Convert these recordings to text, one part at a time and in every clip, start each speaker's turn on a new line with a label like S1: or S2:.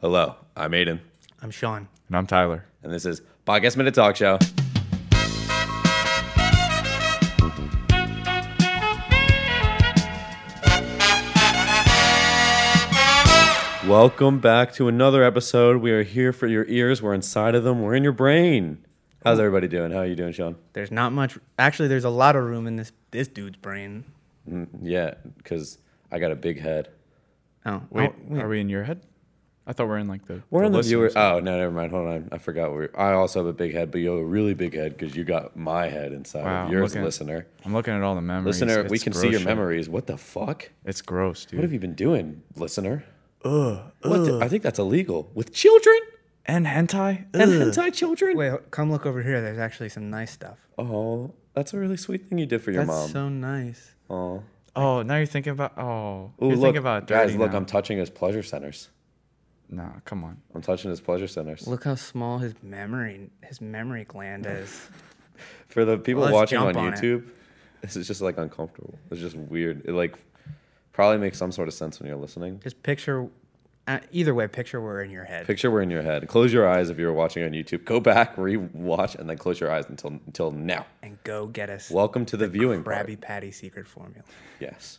S1: Hello, I'm Aiden,
S2: I'm Sean.
S3: And I'm Tyler.
S1: and this is Podcast Minute Talk Show. Welcome back to another episode. We are here for your ears. We're inside of them. We're in your brain. How's everybody doing? How are you doing, Sean?
S2: There's not much. Actually, there's a lot of room in this this dude's brain.
S1: Yeah, because I got a big head.
S2: Oh,
S3: Wait,
S2: oh, wait.
S3: are we in your head? I thought we are in like the.
S1: We're on the viewer.
S3: listeners.
S1: Oh no, never mind. Hold on, I forgot. We I also have a big head, but you have a really big head because you got my head inside
S3: Wow,
S1: of
S3: I'm
S1: yours,
S3: looking at-
S1: listener.
S3: I'm looking at all the memories.
S1: Listener, we
S3: It's
S1: can
S3: gross
S1: see your
S3: shit.
S1: memories. What the fuck?
S3: It's gross, dude.
S1: What have you been doing, listener? Ugh. What the- I think that's illegal with children
S3: and hentai?
S1: and hentai children.
S2: Wait, ho- come look over here. There's actually some nice stuff.
S1: Oh, that's a really sweet thing you did for your
S2: That's
S1: mom.
S2: so nice.
S1: Oh,
S3: Oh, now you're thinking about. Oh,
S1: Ooh,
S3: you're
S1: look,
S3: thinking about
S1: guys.
S3: dirty
S1: Look,
S3: now.
S1: I'm touching his pleasure centers.
S3: Nah, come on.
S1: I'm touching his pleasure centers.
S2: Look how small his memory his memory gland is.
S1: For the people
S2: Let's
S1: watching on
S2: jump on it.
S1: YouTube, this is just like uncomfortable. It's just weird. It like probably makes some sort of sense when you're listening.
S2: Just picture, uh, either way, picture we're in your head.
S1: Picture we're in your head. Close your eyes if you're watching on YouTube. Go back, re-watch, and then close your eyes until until now.
S2: and go get us
S1: Welcome to the, viewing part.
S2: Krabby Patty secret formula.
S1: Yes.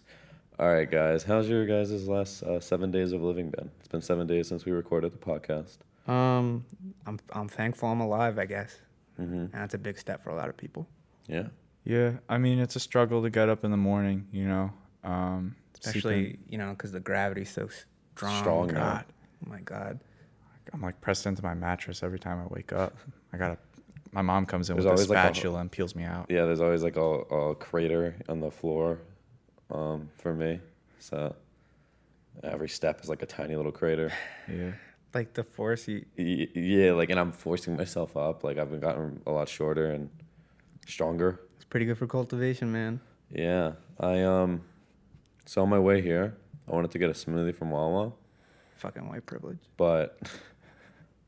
S1: All right, guys. How's your guys' last uh, seven days of living been? It's been seven days since we recorded the podcast.
S2: Um, I'm I'm thankful I'm alive, I guess.
S1: Mm-hmm.
S2: And that's a big step for a lot of people.
S1: Yeah.
S3: Yeah, I mean it's a struggle to get up in the morning, you know. Um,
S2: Especially,
S3: sleeping-
S2: you know, because the gravity's so s- strong.
S1: Strong, yeah.
S2: God. Oh my God.
S3: I'm like pressed into my mattress every time I wake up. I gotta. My mom comes in
S1: There's
S3: with a
S1: always, like, a-
S3: spatula and peels me out.
S1: Yeah. There's always like a, a crater on the floor, um, for me. So every step is like a tiny little crater.
S3: Yeah.
S2: Like the force you.
S1: Y- yeah. Like, and I'm forcing myself up. Like I've gotten a lot shorter and stronger.
S2: It's pretty good for cultivation, man.
S1: Yeah. I um. So on my way here, I wanted to get a smoothie from Wawa.
S2: Fucking white privilege.
S1: but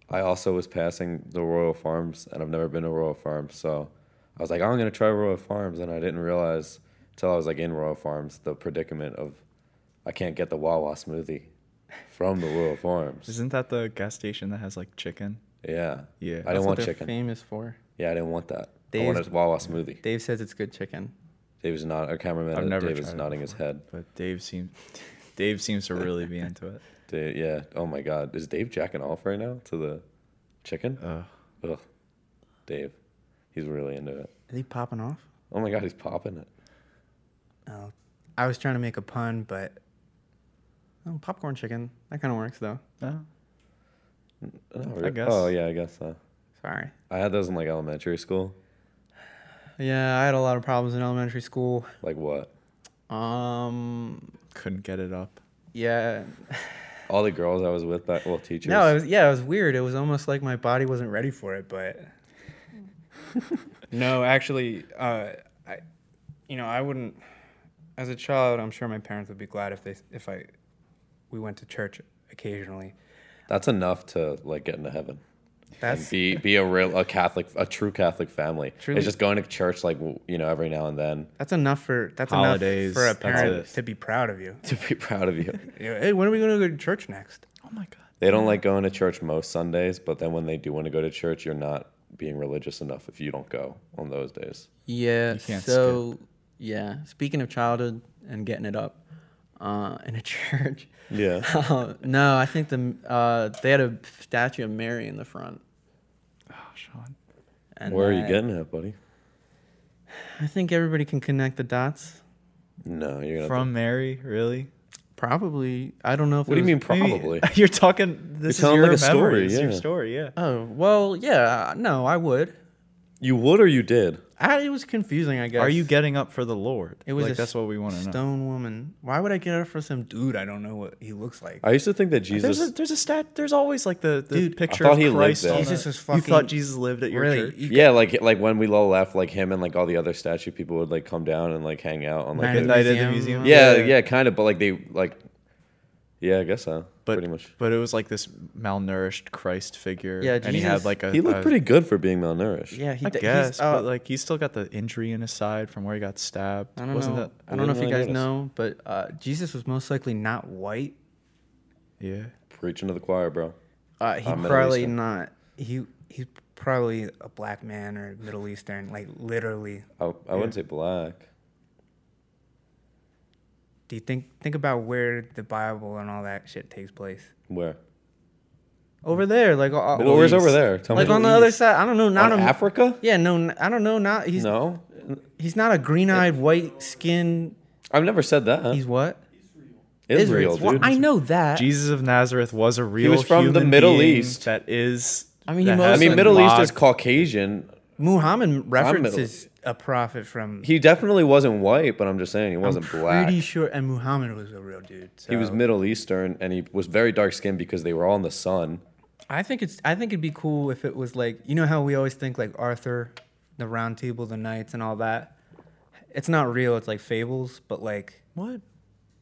S1: I also was passing the Royal Farms, and I've never been to Royal Farms, so I was like, "Oh, I'm gonna try Royal Farms, and I didn't realize until I was like in Royal Farms the predicament of I can't get the Wawa smoothie from the Royal Farms.
S3: Isn't that the gas station that has like chicken?
S1: Yeah,
S3: Yeah.
S1: I didn't
S2: That's what
S1: want
S2: they're
S1: chicken.
S2: famous for.
S1: Yeah, I didn't want that. I
S2: They
S1: wanted
S2: used-
S1: a Wawa smoothie.
S2: Dave says it's good chicken.
S1: Dave's not our cameraman.
S3: I've never
S1: Dave
S3: tried
S1: is
S3: it
S1: nodding his
S3: before,
S1: head.
S3: But Dave seems Dave seems to really be into it.
S1: Dave, yeah. Oh my God, is Dave jacking off right now to the chicken?
S3: Uh,
S1: Ugh, Dave, he's really into it.
S2: Is he popping off?
S1: Oh my God, he's popping it.
S2: Oh. I was trying to make a pun, but. Oh, popcorn chicken. That kind of works, though.
S3: no.
S1: Oh,
S3: I
S1: re-
S3: guess.
S1: Oh yeah, I guess so.
S2: Sorry.
S1: I had those in like elementary school.
S2: Yeah, I had a lot of problems in elementary school.
S1: Like what?
S2: Um,
S3: couldn't get it up.
S2: yeah.
S1: All the girls I was with back, well, teachers.
S2: No, it was, yeah, it was weird. It was almost like my body wasn't ready for it, but. no, actually, uh, I, you know, I wouldn't. As a child, I'm sure my parents would be glad if they if I, we went to church occasionally.
S1: That's enough to like get into heaven. and
S2: That's
S1: be be a real a Catholic, a true Catholic family.
S2: Truly-
S1: It's just going to church like w- you know every now and then
S2: that's enough for that's enough
S3: Holidays,
S2: for a
S3: that's
S2: parent
S3: it.
S2: to be proud of you.
S1: to be proud of you.
S2: Yeah, Hey, when are we gonna go to church next?
S3: Oh my god.
S1: they don't like going to church most Sundays, but then when they do want to go to church, you're not being religious enough if you don't go on those days.
S2: Yeah.
S3: You can't
S2: so yeah, speaking of childhood and getting it up uh, in a church.
S1: Yeah.
S2: Uh, no, I think the uh, they had a statue of Mary in the front.
S3: Oh, Sean.
S2: And
S1: Where are you
S2: I-
S1: getting at, buddy?
S2: I think everybody can connect the dots.
S1: No, you're gonna.
S3: From Mary, really?
S2: Probably. I don't know if.
S1: what do you
S2: it
S1: mean?
S2: was-
S3: Maybe-
S1: Probably.
S3: You're talking. This
S1: telling,
S3: is your
S1: like, a story,
S3: memory. It's your
S1: yeah.
S3: story. Yeah.
S2: Oh well, yeah. uh, No, I would.
S1: you would or you did.
S2: I, it was confusing. I guess.
S3: Are you getting up for the Lord?
S2: It was
S3: like
S2: a
S3: that's what we want to know.
S2: Stone woman. Why would I get her for some dude? I don't know what he looks like.
S1: I used to think that Jesus.
S3: There's a there's a stat. There's always like the, the
S2: Dude, I
S3: picture
S1: thought
S3: of
S1: he lived
S3: Christ.
S1: there.
S3: on
S2: Jesus
S3: the-
S2: is
S3: You
S2: fucking-
S3: thought Jesus lived at your
S2: really?
S3: church?
S2: you-
S1: Yeah, like like when we all left, like him and like all the other statue people would like come down and like hang out on like
S2: Night
S1: a-
S2: at
S3: Night at the
S2: museum.
S3: museum.
S1: yeah, yeah, kind of, but like they like yeah, I guess so.
S3: But
S1: pretty much,
S3: But it was like this malnourished Christ figure.
S2: Yeah,
S3: And he had
S2: Jesus-
S3: like a.
S1: he looked
S3: a-
S1: pretty good for being malnourished.
S2: uh, Yeah. He.
S3: I
S2: d-
S3: guess,
S2: He's, uh,
S3: but like he still got the injury in his side from where he got stabbed.
S2: I don't
S3: Wasn't
S2: know.
S3: that?
S2: I don't know if you
S1: really
S2: guys
S1: notice.
S2: know, but uh, Jesus was most likely not white.
S3: Yeah.
S1: Preaching to the choir, bro.
S2: Uh, he
S1: Uh, Middle
S2: probably
S1: Eastern.
S2: not. He he's probably a black man or Middle Eastern, like literally.
S1: I, I wouldn't say black.
S2: Do you think think about where the Bible and all that shit takes place?
S1: Where?
S2: Over there, like uh,
S1: Middle
S2: uh,
S1: East. over there. Tell
S2: like
S1: me.
S2: on the other side. I don't know. Not
S1: On
S2: a,
S1: Africa?
S2: Yeah, no, n- I don't know. Not he's
S1: No,
S2: he's not a green-eyed, white-skinned.
S1: I've never said that.
S2: He's what?
S1: Israel,
S2: Well,
S1: dude.
S2: I know that.
S3: Jesus of Nazareth was a real.
S1: was from the
S3: human
S1: Middle
S3: being
S1: East.
S3: That is.
S2: I mean, he
S3: that
S2: most-
S1: I
S3: has
S1: mean,
S2: Listen,
S1: Middle East
S3: log-
S1: is Caucasian.
S2: Muhammad
S1: Middle-
S2: references a prophet from.
S1: He definitely wasn't white, but I'm just saying he wasn't
S2: I'm
S1: black.
S2: Pretty sure, and Muhammad was a real dude. So.
S1: He was Middle Eastern, and he was very dark skinned because they were all in the sun.
S2: I think it's. I think it'd be cool if it was like you know how we always think like Arthur, the Round Table, the Knights, and all that. It's not real. It's like fables, but like
S3: What?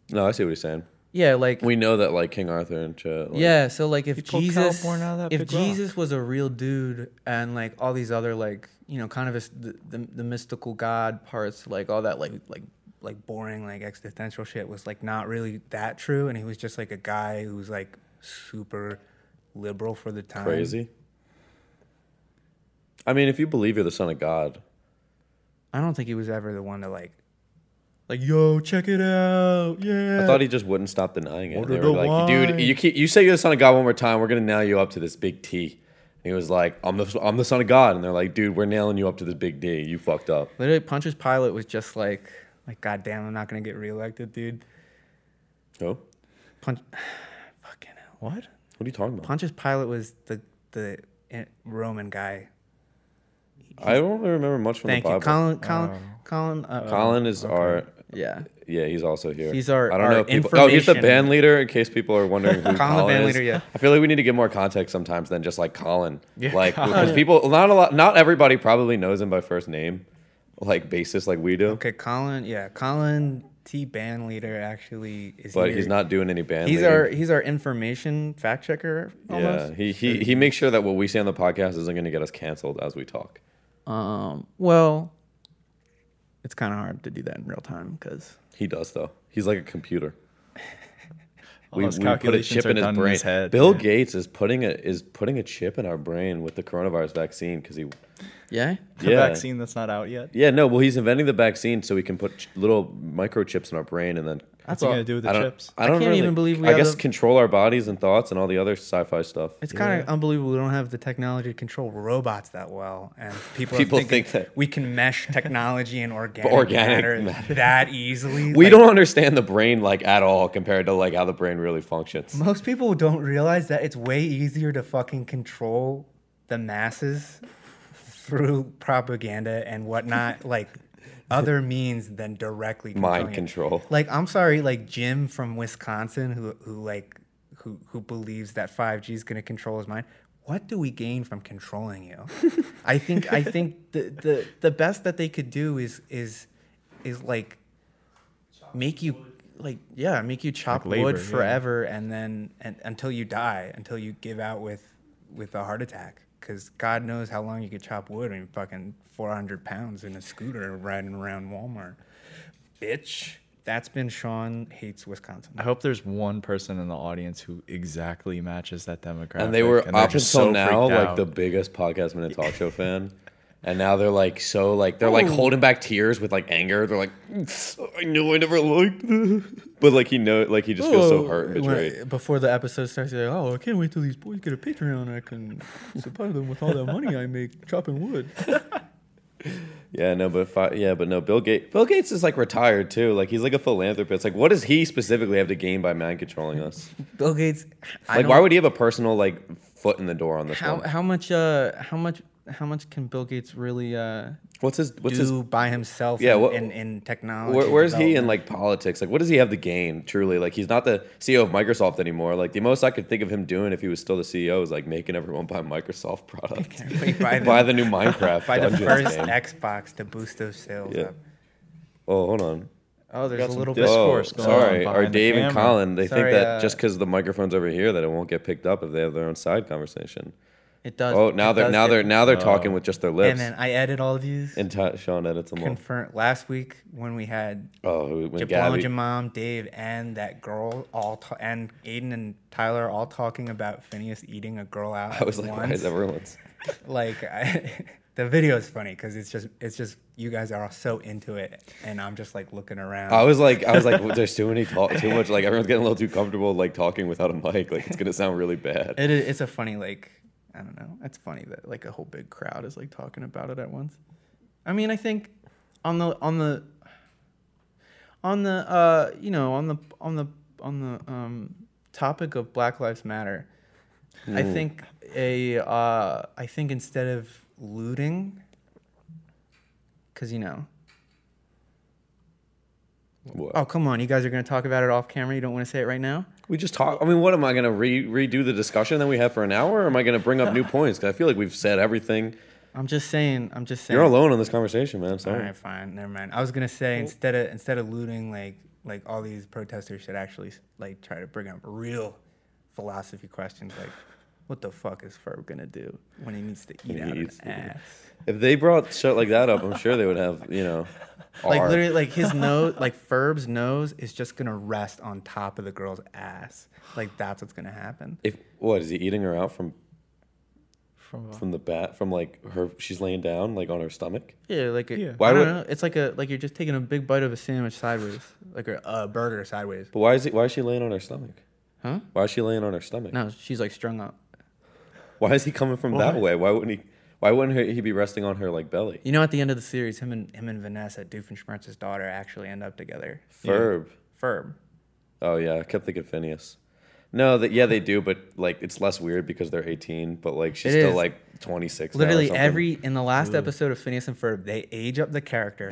S1: No, I see what he's saying.
S2: yeah, like
S1: We know that like King Arthur and shit. like-
S2: yeah. So like
S3: He
S2: if
S3: pulled
S2: Jesus,
S3: Caliborn out of that
S2: if
S3: big rock.
S2: Jesus was a real dude, and like all these other like you know kind of his, the, the the mystical God parts, like all that like like like boring like existential shit was like not really that true, and he was just like a guy who was like super liberal for the time.
S1: crazy. I mean, if you believe you're the son of God,
S2: I don't think he was ever the one to like, like, yo, check it out, yeah.
S1: I thought he just wouldn't stop denying it.
S3: Order
S1: they were
S3: the
S1: like,
S3: wine."
S1: "Dude, you keep, you say you're the son of God one more time, we're gonna nail you up to this big T." And he was like, "I'm the I'm the son of God," and they're like, "Dude, we're nailing you up to this big D. You fucked up."
S2: Literally, Pontius Pilate was just like, like, goddamn, I'm not gonna get reelected, dude.
S1: Who?
S2: Punch, fucking hell.
S3: What?
S1: What are you talking about?
S2: Pontius Pilate was the the eh, Roman guy.
S1: I don't really remember much from
S2: Thank
S1: the
S2: you,
S1: Bible. Oh.
S2: Colin. Colin. Colin. Uh,
S1: Colin is our
S2: Yeah.
S1: yeah, he's also here.
S2: He's our-
S1: I don't
S2: our
S1: know if people. Oh, he's the
S2: information-
S1: band leader. In case people are wondering who Colin,
S2: Colin the band
S1: is.
S2: leader, yeah.
S1: I feel like we need to give more context sometimes than just like Colin.
S3: Yeah,
S1: like
S3: Colin.
S1: because people, not a lot, not everybody probably knows him by first name, like basis like we do.
S2: Okay, Colin. Yeah, Colin T. Band leader actually is.
S1: But
S2: here.
S1: he's not doing any band.
S2: He's
S1: leading.
S2: our he's our information fact checker. Almost.
S1: yeah. He he he makes sure that what we say on the podcast isn't going to get us canceled as we talk.
S2: Um, well, it's kind of hard to do that in real time because
S1: He does though. He's like a computer.
S3: All those calculations are done in his head,
S1: Bill
S3: yeah.
S1: Gates is putting a is putting a chip in our brain with the coronavirus vaccine because he
S2: yeah,
S3: The
S1: yeah.
S3: vaccine that's not out yet.
S1: Yeah, no. Well, he's inventing the vaccine so we can put ch- little microchips in our brain and then
S2: that's
S3: What's he
S2: all.
S3: gonna do with
S1: I
S3: the
S1: don't.
S3: chips?
S1: I don't
S2: can't
S1: really-
S2: even believe we
S1: I
S2: have
S1: guess
S2: the-
S1: control our bodies and thoughts and all the other sci-fi stuff.
S2: It's kind of unbelievable. We don't have the technology to control robots that well, and people are
S1: People
S2: thinking
S1: think that-
S2: we can mesh technology and organic,
S1: Organic
S2: matter,
S1: matter.
S2: that easily.
S1: we
S2: Like,
S1: don't understand the brain like at all compared to like how the brain really
S4: Mm,
S1: functions.
S2: Most people don't realize that it's way easier to fucking control the masses through propaganda and whatnot, like other means than directly controlling
S1: Mind
S2: it.
S1: control.
S2: like I'm sorry, like Jim from Wisconsin, who who like who who believes that 5G is going to control his mind. What do we gain from controlling you? I think I think the, the the best that they could do is is is like make you like yeah make you chop
S3: labor,
S2: wood
S3: yeah.
S2: forever and then and, until you die until you give out with with a heart attack because God knows how long you could chop wood when you're fucking 400 pounds in a scooter riding around Walmart bitch. That's been Sean hates Wisconsin.
S3: I hope there's one person in the audience who exactly matches that demographic.
S1: And they were
S3: they're
S1: up until
S3: just so
S1: now
S3: freaked
S1: like
S3: out.
S1: the biggest podcast minute talk show fan, and now they're like so like they're like holding back tears with like anger. They're like, I know I never liked this, but like he know like he just feels so hurt and betrayed.
S2: Before the episode starts, you're like, oh, I can't wait till these boys get a Patreon. I can support them with all that money I make chopping wood.
S1: Yeah, no, but fi- yeah, but no, Bill Gates. Bill Gates is like retired too. Like he's like a philanthropist. Like, what does he specifically have to gain by mind controlling us?
S2: Bill Gates. I
S1: Like,
S2: don't-
S1: why would he have a personal like foot in the door on this
S2: how
S1: one?
S2: how much uh how much how much can Bill Gates really uh
S1: What's his What's
S2: do
S1: his?
S2: by himself?
S1: Yeah,
S2: in-
S1: what-
S2: in, in technology.
S1: Where, where's he in
S2: development?
S1: like politics? Like, what does he have to gain? Truly, like he's not the CEO of Microsoft anymore. Like the most I could think of him doing if he was still the CEO is like making everyone buy Microsoft products,
S2: Like, by the,
S1: buy the new Minecraft
S2: by the
S1: Dungeons
S2: first
S1: game.
S2: Xbox to boost those sales
S1: Yeah.
S2: up?
S1: Oh, hold on.
S2: Oh, there's
S3: Got
S2: a
S3: some
S2: little bit.
S1: Oh,
S3: discourse going on
S1: sorry. Or
S3: behind the
S1: Dave and
S3: camera.
S1: Colin, they
S2: Sorry,
S1: think that
S2: uh,
S1: just because the microphone's over here that it won't get picked up if they have their own side conversation.
S4: It does.
S1: Oh, now
S4: it
S1: they're
S4: does
S1: now
S4: hit-
S1: they're now they're
S3: Oh.
S1: talking with just their
S4: And
S1: lips.
S4: then I edit all of these.
S1: And t- Sean edits them all.
S4: Confirm last week when we had
S1: Oh, when
S4: Jablon,
S1: Gabby,
S4: Jamam, Dave, and that girl all ta- and Aiden and Tyler all talking about Phineas eating a girl out.
S1: I was like, why is everyone's?
S4: like I, the video is funny because it's just it's just you guys are all so into it, and I'm just like looking around.
S1: I was like, I was like, well, there's too many talk, too much. Like everyone's getting a little too comfortable, like talking without a mic. Like it's gonna sound really bad.
S4: It is, it's a funny like I don't know. It's funny that like a whole big crowd is like talking about it at once. I mean, I think on the on the on the uh you know on the on the on the um topic of Black Lives Matter, I think a uh I think instead of looting, because you know
S1: What?
S4: oh come on you guys are gonna talk about it off camera you don't want to say it right now
S1: Uh, We just talk. I mean, what am I gonna re- redo the discussion that we had for an hour? Or am I gonna bring up new points? Because I feel like we've said everything.
S4: I'm just saying I'm just saying
S1: You're alone in this conversation, man.
S4: All
S1: Sorry.
S4: right, fine, never mind. I was gonna say instead of instead of looting, like like all these protesters should actually like try to bring up real philosophy questions, like what the fuck is Ferb gonna do when he needs to eat
S1: he
S4: out
S1: eats
S4: his
S1: the-
S4: ass?
S1: If they brought shit like that up, I'm sure they would have, you know,
S4: Like
S1: our-
S4: literally, like his nose, like Ferb's nose is just gonna rest on top of the girl's ass. Like that's what's gonna happen.
S1: If what is he eating her out from
S3: From a-
S1: from the bat from like her? She's laying down like on her stomach.
S4: Yeah, like a,
S3: Yeah.
S4: I
S1: Why
S4: don't
S1: would-
S4: know. It's like a like you're just taking a big bite of a sandwich sideways, like a uh, burger sideways.
S1: But why is it? Why is she laying on her stomach?
S4: Huh?
S1: Why is she laying on her stomach?
S4: No, she's like strung up.
S1: Why is he coming from that way? Why wouldn't he? Why wouldn't he- he be resting on her like belly?
S4: You know, at the end of the series, him and him and Vanessa Doofenshmirtz's daughter actually end up together.
S1: Ferb.
S4: Ferb.
S1: Oh yeah, I kept thinking Phineas. No, that yeah they do, but like it's less weird because they're 18, but like she's
S4: It
S1: still
S4: is.
S1: like 26. now or
S4: Literally
S1: something.
S4: every in the last episode of Phineas and Ferb, they age up the character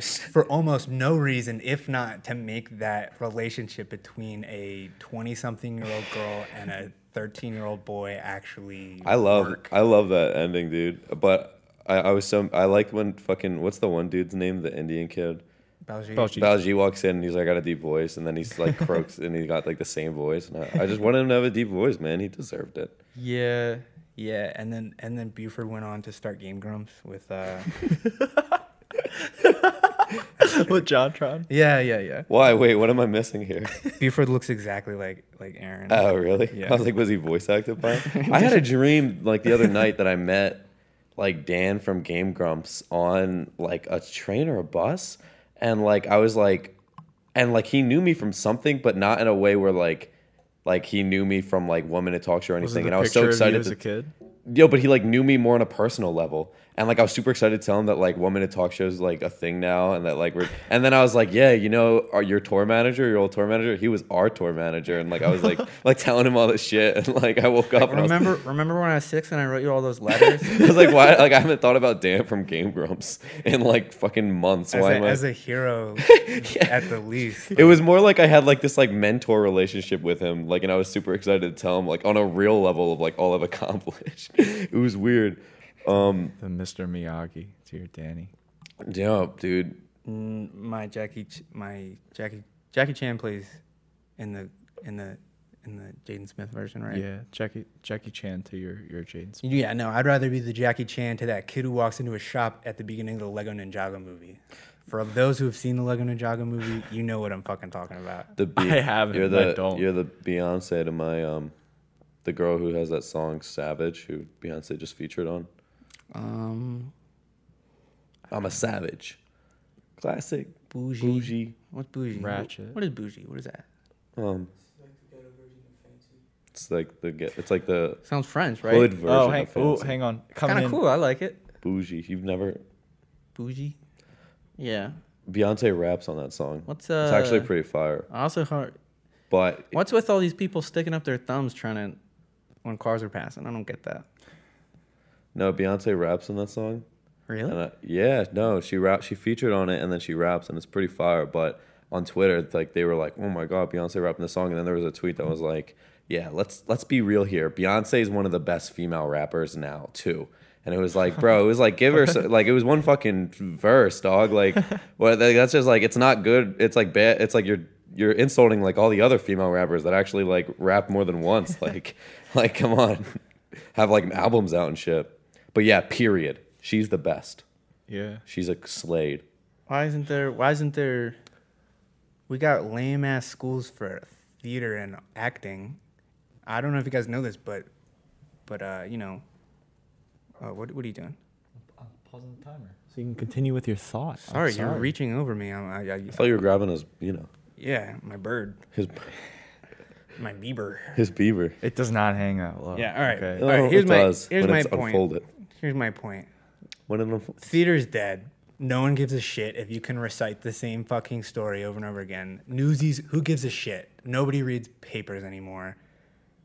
S4: for almost no reason, if not to make that relationship between a twenty-something-year-old girl and a thirteen-year-old boy actually.
S1: I love
S4: work.
S1: I love that ending, dude. But I, I was so I liked when fucking what's the one dude's name, the Indian kid.
S4: Baljeet.
S3: Baljeet.
S1: Balji walks in and he's like, I got a deep voice, and then he's like croaks and he got like the same voice. And I, I just wanted him to have a deep voice, man. He deserved it.
S4: Yeah, yeah, and then and then Buford went on to start Game Grumps with. uh
S3: with Jontron.
S4: Yeah, yeah, yeah.
S1: Why? Wait, what am I missing here?
S4: Buford looks exactly like like Aaron.
S1: Oh, really?
S4: Yeah.
S1: I was like, was he voice acted by? it? I had a dream like the other night that I met like Dan from Game Grumps on like a train or a bus, and like I was like, and like he knew me from something, but not in a way where like. Like he knew me from like one minute talk show or anything, and I was so excited.
S3: as
S1: to-
S3: a kid.
S1: Yo, but he like knew me more on a personal level, and like I was super excited to tell him that like one minute talk shows like a thing now, and that like we're. And then I was like, yeah, you know, our, your tour manager, your old tour manager, he was our tour manager, and like I was like like telling him all this shit, and like I woke up and I was,
S4: Remember, remember when I was six and I wrote you all those letters?
S1: I was like, why? Like I haven't thought about Dan from Game Grumps in like fucking months.
S4: as,
S1: why
S4: a,
S1: am I?
S4: as a hero, at the least.
S1: it was more like I had like this like mentor relationship with him, like, and I was super excited to tell him like on a real level of like all I've accomplished. it was weird. Um,
S3: The Mr. Miyagi to your Danny.
S1: yeah, dude.
S4: Mm, My Jackie, Ch- my Jackie, Jackie Chan plays in the in the in the Jaden Smith version, right?
S3: Yeah, Jackie Jackie Chan to your your Jaden. Smith.
S4: Yeah, no, I'd rather be the Jackie Chan to that kid who walks into a shop at the beginning of the Lego Ninjago movie. For those who have seen the Lego Ninjago movie, you know what I'm fucking talking about.
S1: The Be-
S3: I haven't,
S1: You're
S3: but I
S1: the
S3: don't.
S1: you're the Beyonce to my um, the girl who has that song "Savage," who Beyonce just featured on.
S4: Um,
S1: I'm a savage, classic,
S4: bougie.
S1: bougie.
S4: What's bougie? Wh-
S3: Ratchet.
S4: What is bougie? What is that?
S1: Um, it's like the get. It's like the
S4: Sounds French, right?
S1: hood version
S3: Oh, hang,
S1: of
S3: ooh,
S1: fancy.
S3: hang on. Coming
S4: Kind of
S3: in.
S4: cool. I like it.
S1: bougie. You've never
S4: Bougie. Yeah.
S1: Beyonce raps on that song.
S4: What's uh?
S1: It's actually pretty fire,
S4: I also heard.
S1: but
S4: What's with all these people sticking up their thumbs trying to when cars are passing? I don't get that.
S1: no, Beyonce raps on that song.
S4: Really?
S1: And I, yeah, no, she rap, she featured on it, and then she raps, and it's pretty fire. But on Twitter, it's like they were like, "Oh my god, Beyonce rapping this song," and then there was a tweet that was like, "Yeah, let's let's be real here. Beyonce is one of the best female rappers now, too." And it was like, bro, it was like, give her so, like, it was one fucking verse, dog. Like, what? Like, that's just like, it's not good. It's like bad. It's like you're you're insulting like all the other female rappers that actually like rap more than once. Like, like, come on. have like albums out and shit. But yeah, period. She's the best.
S5: Yeah.
S1: She's a Slade.
S4: Why isn't there? Why isn't there? We got lame ass schools for theater and acting. I don't know if you guys know this, but, but uh, you know, uh, what what are you doing?
S5: I'm pausing the timer so you can continue with your thought. I'm
S4: Sorry, you're reaching over me. I'm, I, I,
S1: I thought you were grabbing his, you know,
S4: yeah, my bird,
S1: his
S4: my Bieber.
S1: his beaver.
S3: It does not hang that low.
S4: Yeah. All right.
S3: Okay.
S4: All right.
S1: Oh,
S4: Here's
S1: it
S4: my
S1: does,
S4: here's
S1: when
S4: my
S1: it's
S4: point.
S1: unfolded.
S4: Here's my point.
S1: When it unfo-
S4: Theater's dead. No one gives a shit if you can recite the same fucking story over and over again. Newsies, who gives a shit? Nobody reads papers anymore.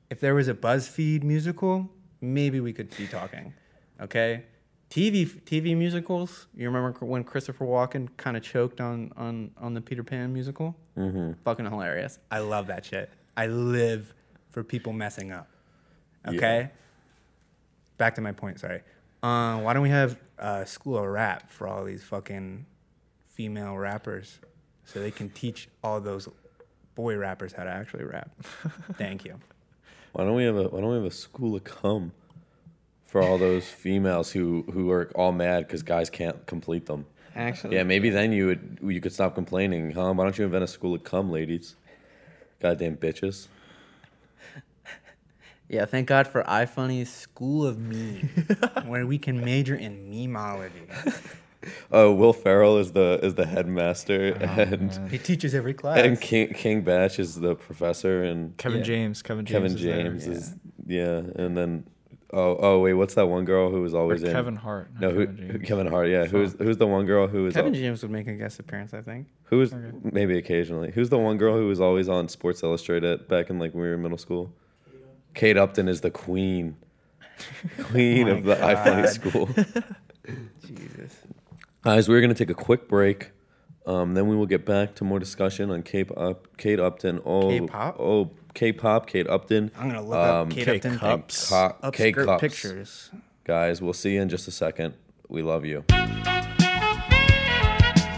S4: If there was a BuzzFeed musical, maybe we could be talking. Okay? TV TV musicals. You remember when Christopher Walken kind of choked on on on the Peter Pan musical? Mm-hmm. Fucking hilarious. I love that shit. I live for people messing up. Okay? back to my point. Sorry. Uh, why don't we have uh, school of rap for all these fucking female rappers, so they can teach all those boy rappers how to actually rap? Thank you.
S1: why don't we have a Why don't we have a school of cum for all those females who who are all mad because guys can't complete them?
S4: Actually,
S1: Yeah, maybe then you would you could stop complaining, huh? Why don't you invent a school of cum, ladies? Goddamn bitches.
S4: yeah. Thank God for iFunny's School of Meme, where we can major in memeology.
S1: Oh, Will Ferrell is the is the headmaster, and
S4: He teaches every class.
S1: and King King Batch is the professor, and
S5: Kevin
S4: Yeah.
S5: James. Kevin James.
S1: Kevin
S5: is there.
S1: James is yeah, and then oh oh wait, what's that one girl who was
S5: Or
S1: always in
S5: Kevin Hart. not
S1: No, who,
S5: Kevin
S1: who-
S5: James.
S1: Kevin Hart. Yeah, who's who's the one girl who was
S4: Kevin
S1: al-
S4: James would make a guest appearance, I think.
S1: who was maybe occasionally who's the one girl who was always on Sports Illustrated back in like when we were in middle school. Kate Upton is the queen,
S5: Oh
S1: queen of the iFunny
S4: God.
S1: school.
S4: Jesus.
S1: Guys, we're going to take a quick break. Um, then we will get back to more discussion on Kate, Up, Kate Upton. Oh,
S4: K-pop?
S1: Oh, K-pop, Kate Upton.
S4: I'm gonna look up Kate
S5: K
S4: Upton
S5: Cups.
S1: Co-
S4: upskirt
S1: K-cups.
S4: pictures.
S1: Guys, we'll see you in just a second. We love you.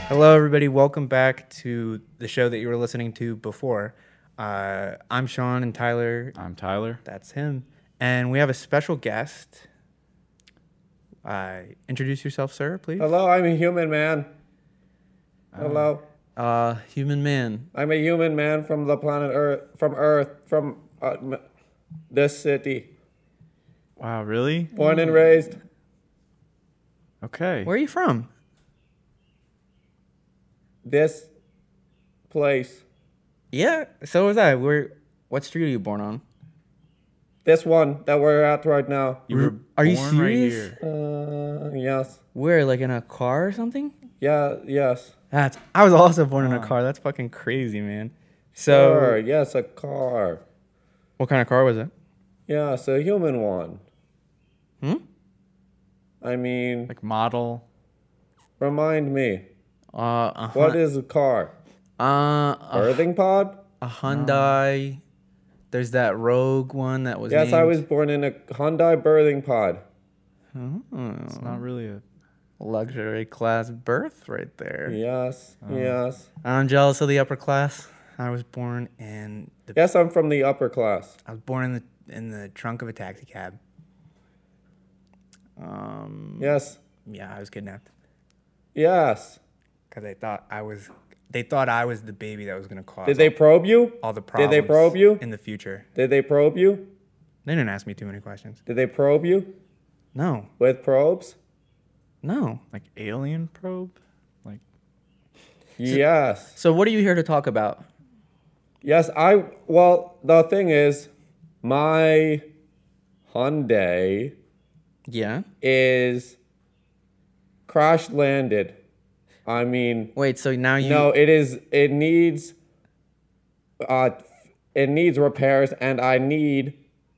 S4: Hello, everybody. Welcome back to the show that you were listening to before. Uh, I'm Sean and Tyler.
S3: I'm Tyler.
S4: That's him. And we have a special guest. Uh, introduce yourself, sir, please.
S1: Hello, I'm a human man. Hello,
S4: Uh, human man.
S1: I'm a human man from the planet Earth, from Earth, from uh, this city.
S3: Wow, really?
S1: Born and raised.
S3: Okay.
S4: Where are you from?
S1: This place.
S4: Yeah, so was I. Where? What street are you born on?
S1: This one that we're at right now.
S3: You were
S4: Are you
S3: born right
S4: serious?
S3: here.
S1: Uh, yes.
S4: Where? Like in a car or something?
S1: Yeah, yes.
S4: That's. I was also born in a car. That's fucking crazy, man. So,
S1: Sure, yes, a car.
S4: what kind of car was it?
S1: Yes, a human one. Hmm? I mean,
S3: Like model.
S1: remind me,
S4: Uh, a
S1: what is a car?
S4: Hun- uh, a
S1: Birthing pod?
S4: a Hyundai. There's that Rogue one that was.
S1: Yes, I
S4: named-
S1: was born in a Hyundai birthing pod.
S3: It's not really a.
S4: luxury class birth right there.
S1: Yes,
S4: Oh.
S1: yes.
S4: I'm jealous of the upper class. I was born in the
S1: Yes, I'm from the upper class.
S4: I was born in the in the trunk of a taxi cab. Um,
S1: Yes,
S4: yeah, I was kidnapped
S1: yes.
S4: because they thought I was they thought I was the baby that was gonna cause
S1: Did they probe you?
S4: all the
S1: did
S4: problems.
S1: they probe you?
S4: in the future?
S1: Did they probe you?
S4: They didn't ask me too many questions.
S1: Did they probe you
S4: No,
S1: with probes?
S4: no.
S3: Like alien probe? Like
S1: Yes.
S4: So what are you here to talk about?
S1: Yes, I well, the thing is my Hyundai
S2: Yeah.
S1: is crash landed. I mean,
S2: Wait. So now you.
S1: no, it is it needs uh it needs repairs and I need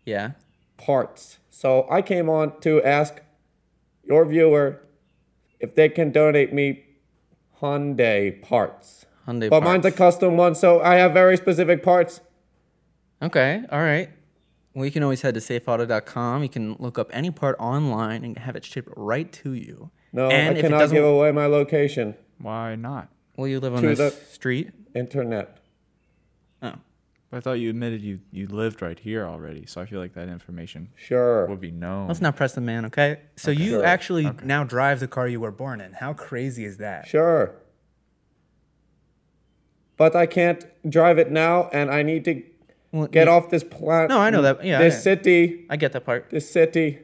S2: Yeah.
S1: parts. So I came on to ask your viewer if they can donate me Hyundai parts.
S2: Hyundai.
S1: But mine's a custom one, so I have very specific parts.
S2: Okay. All right. Well, you can always head to safeauto.com. You can look up any part online and have it shipped right to you.
S1: No,
S2: and
S1: I
S2: if it
S1: cannot
S2: doesn't,
S1: give away my location.
S3: why not?
S2: Well, you live on
S1: to
S2: this
S1: the-
S2: street.
S1: Internet.
S2: Oh.
S3: But I thought you admitted you you lived right here already, so I feel like that information
S6: Sure.
S3: would be known.
S2: Let's not press the man, okay? So you
S6: Sure.
S2: actually
S4: Now drive the car you were born in. How crazy is that?
S6: Sure. But I can't drive it now, and I need to
S2: well,
S6: get
S2: you-
S6: off this planet.
S2: No, I know that. Yeah,
S6: This
S2: I-
S6: city.
S2: I get that part.
S6: This city.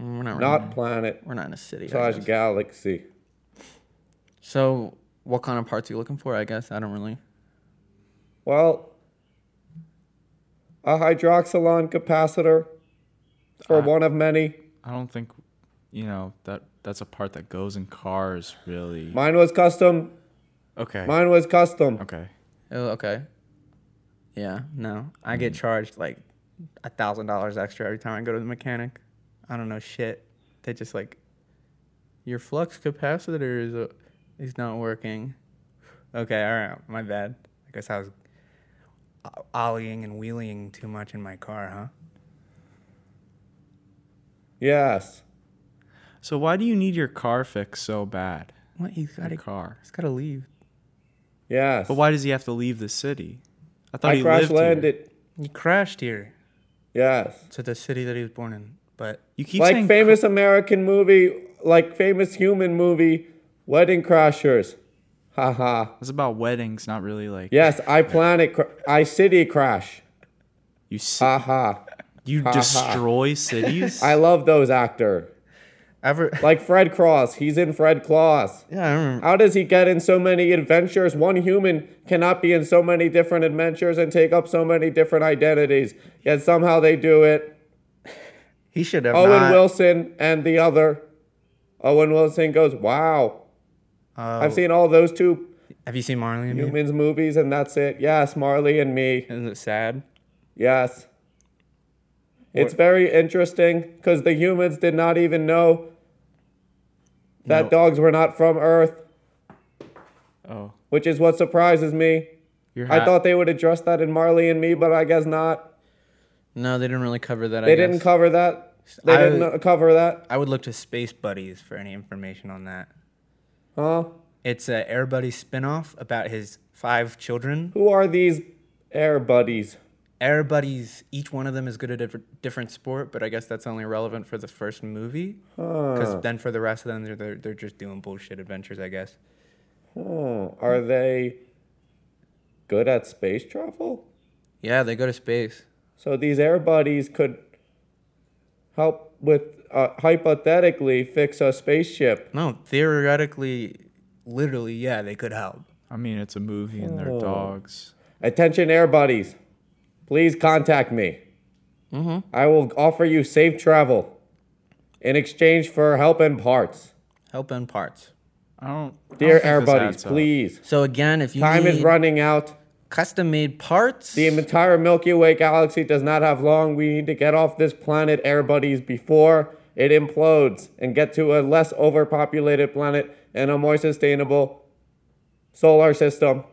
S4: Mm,
S2: We're not,
S6: Not planet.
S2: we're not in a city. I
S6: Slash
S2: guess.
S6: galaxy.
S2: So what kind of parts are you looking for? I guess I don't really.
S6: Well, a hydroxylon capacitor for
S2: Ah.
S6: one of many.
S3: I don't think you know that that's a part that goes in cars really.
S6: Mine was custom.
S3: okay.
S6: Mine was custom.
S3: okay.
S2: Oh, okay. Yeah, no. I get charged like a thousand dollars extra every time I go to the mechanic. I don't know shit. They just like your flux capacitor is uh is not working.
S4: Okay, all right, my bad. I guess I was o- ollieing and wheeling too much in my car, huh?
S6: Yes.
S3: So why do you need your car fixed so bad?
S2: What he's
S3: Your
S2: gotta
S3: car.
S2: he's gotta leave.
S6: Yes.
S3: But why does he have to leave the city? I thought
S6: I
S3: he
S6: crash
S3: lived here.
S6: landed.
S4: You crashed here
S6: Yes.
S4: to the city that he was born in, but
S3: You keep
S6: like
S3: saying
S6: famous American movie, like famous human movie, Wedding Crashers. Haha.
S3: it's about weddings, not really like
S6: Yes, I planet, cra- I city crash.
S3: you s-
S6: Haha.
S3: you destroy cities.
S6: I love those actor.
S2: Ever
S6: Like Fred Cross, he's in Fred Claus.
S2: Yeah, I remember
S6: How does he get in so many adventures? One human cannot be in so many different adventures and take up so many different identities. Yet somehow they do it.
S2: he should have
S6: Owen
S2: not-
S6: Wilson and the other. Owen Wilson goes, "Wow, I've seen all those two
S4: have you seen Marley and me?
S6: humans movies, and that's it. Yes, Marley and me.
S2: Isn't it sad?
S6: Yes." It's very interesting because the humans did not even know that
S3: No.
S6: dogs were not from Earth,
S3: oh,
S6: which is what surprises me.
S3: your
S6: I
S3: hat-
S6: thought they would address that in Marley and Me, but I guess not.
S2: No, they didn't really cover that.
S6: They
S2: I
S6: didn't
S2: guess.
S6: cover that. They
S4: I-
S6: didn't cover that.
S4: I would look to Space Buddies for any information on that.
S6: Huh?
S4: It's a Air Buddy spinoff about his five children.
S6: Who are these air buddies?
S4: Air Buddies, each one of them is good at a diff- different sport, but I guess that's only relevant for the first movie. Because then for the rest of them, they're, they're, they're just doing bullshit adventures, I guess.
S6: Hmm. Are they good at space travel?
S2: Yeah, they go to space.
S6: So these air buddies could help with uh, hypothetically fix a spaceship.
S2: No,
S4: Theoretically, literally, yeah, they could help.
S3: I mean, it's a movie and
S6: Oh.
S3: they're dogs.
S6: Attention, air buddies. Please contact me. I will offer you safe travel in exchange for help and parts.
S2: help in parts.
S3: I don't. I don't
S6: Dear
S3: think
S6: air
S3: this
S6: buddies,
S3: adds up.
S6: please.
S2: So again, if you
S6: Time is
S2: need
S6: running out.
S2: custom made parts,
S6: The entire Milky Way galaxy does not have long. We need to get off this planet, air buddies, before it implodes and get to a less overpopulated planet and a more sustainable solar system.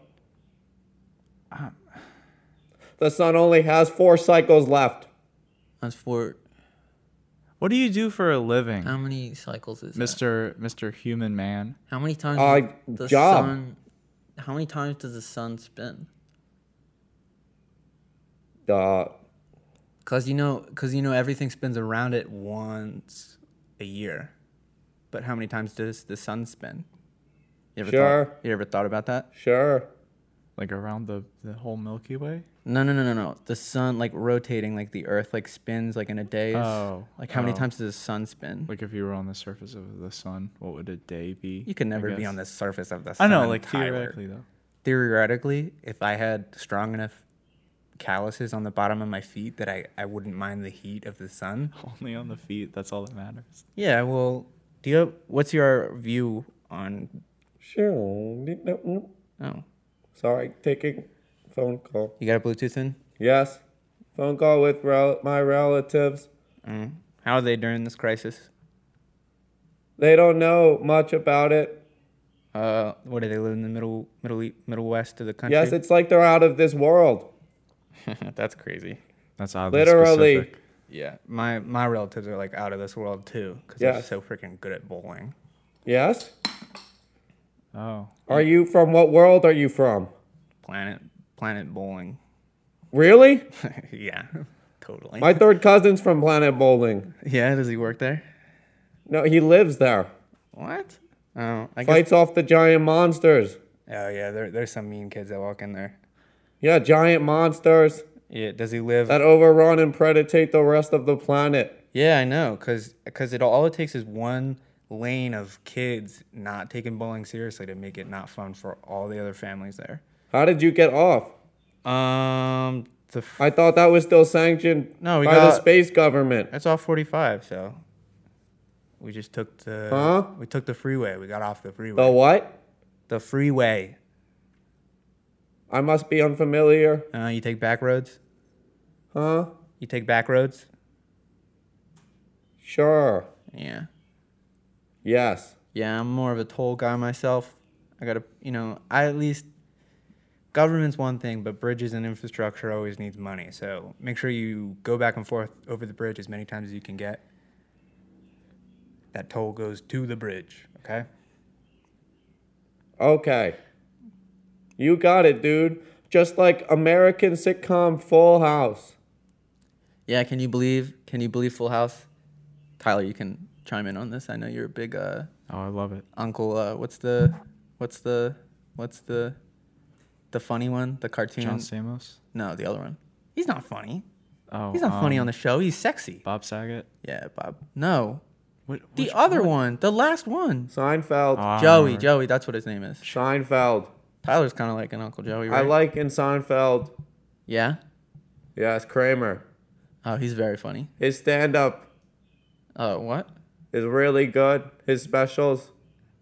S6: The sun only has four cycles left.
S2: that's for
S3: What do you do for a living,
S6: Um,
S2: how many cycles is that?
S3: Mister Mister Human Man?
S2: How many times
S6: Uh,
S2: does the
S6: job.
S2: sun? How many times does the sun spin?
S6: Uh,
S4: Cause you know, cause you know, everything spins around it once a year. But how many times does the sun spin?
S2: You ever
S6: Sure.
S2: Thought, you ever thought about that?
S6: sure.
S3: Like around the the whole Milky Way?
S2: No, no, no, no, no. The sun like rotating, like the Earth like spins like in a day.
S3: Oh,
S2: Like how many
S3: oh.
S2: times does the sun spin?
S3: Like if you were on the surface of the sun, what would a day be?
S4: You could never
S3: I
S4: be
S3: guess.
S4: on the surface of the
S3: I
S4: sun.
S3: know, like
S4: Tyler.
S3: theoretically though.
S4: Theoretically, if I had strong enough calluses on the bottom of my feet that I, I wouldn't mind the heat of the sun.
S3: Only on the feet. That's all that matters.
S4: Yeah, well, do you have, what's your view on
S6: Sure.
S2: oh,
S6: Sorry, taking phone call.
S2: you got a Bluetooth in?
S6: Yes, phone call with rel- my relatives.
S2: Mm. How are they during this crisis?
S6: They don't know much about it.
S2: Uh, what do they live in the middle, middle, E- middle west of the country?
S6: Yes, it's like they're out of this world.
S2: that's crazy.
S3: That's oddly
S6: Literally.
S3: specific.
S4: Yeah, my my relatives are like out of this world too because
S6: Yeah.
S4: they're so freaking good at bowling.
S6: Yes?
S3: Oh,
S6: Are you from what world are you from?
S4: Planet Planet Bowling.
S6: Really?
S2: yeah, totally.
S6: My third cousin's from Planet Bowling.
S2: yeah, does he work there?
S6: No, he lives there.
S2: What? Oh, I guess.
S6: Fights off the giant monsters.
S4: Oh yeah, there, there's some mean kids that walk in there.
S6: Yeah, giant monsters
S4: Yeah, does he live?
S6: that overrun and predate the rest of the planet.
S4: yeah, I know, cause 'cause it all it takes is one lane of kids not taking bowling seriously to make it not fun for all the other families there.
S6: How did you get off?
S2: Um, the f-
S6: I thought that was still sanctioned
S2: No, we
S6: by the
S2: got-
S6: space government.
S2: that's all forty-five. So we just took the
S6: Huh?
S2: we took the freeway. We got off the freeway.
S6: The what?
S2: The freeway.
S6: I must be unfamiliar.
S2: Uh, you take back roads.
S6: Huh?
S2: You take back roads.
S6: Sure.
S2: Yeah.
S6: Yes.
S2: Yeah, I'm more of a toll guy myself. I gotta, you know, I at least government's one thing, but bridges and infrastructure always needs money. So make sure you go back and forth over the bridge as many times as you can get.
S4: That toll goes to the bridge. Okay.
S6: Okay. You got it, dude. Just like American sitcom Full House.
S2: Yeah, can you believe? Can you believe Full House? Tyler, you can chime in on this. I know you're a big uh,
S3: Oh, I love it.
S2: Uncle. Uh, what's the, what's the, what's the, the funny one? The cartoon?
S3: John Stamos.
S2: no, the other one.
S4: He's not funny.
S3: Oh,
S2: He's not funny on
S3: um,
S2: the show. He's sexy.
S3: Bob Saget.
S2: Yeah, Bob. No,
S3: What,
S2: the
S3: which-
S2: other one, the last one.
S6: Seinfeld.
S3: Oh, I don't
S2: Joey,
S3: remember.
S2: Joey, that's what his name is.
S6: Seinfeld.
S2: Tyler's kind of like an Uncle Joey, right?
S6: I like in Seinfeld.
S2: yeah.
S6: Yes, Kramer.
S2: Oh, he's very funny.
S6: His stand up
S2: Oh, what?
S6: is really good. His specials.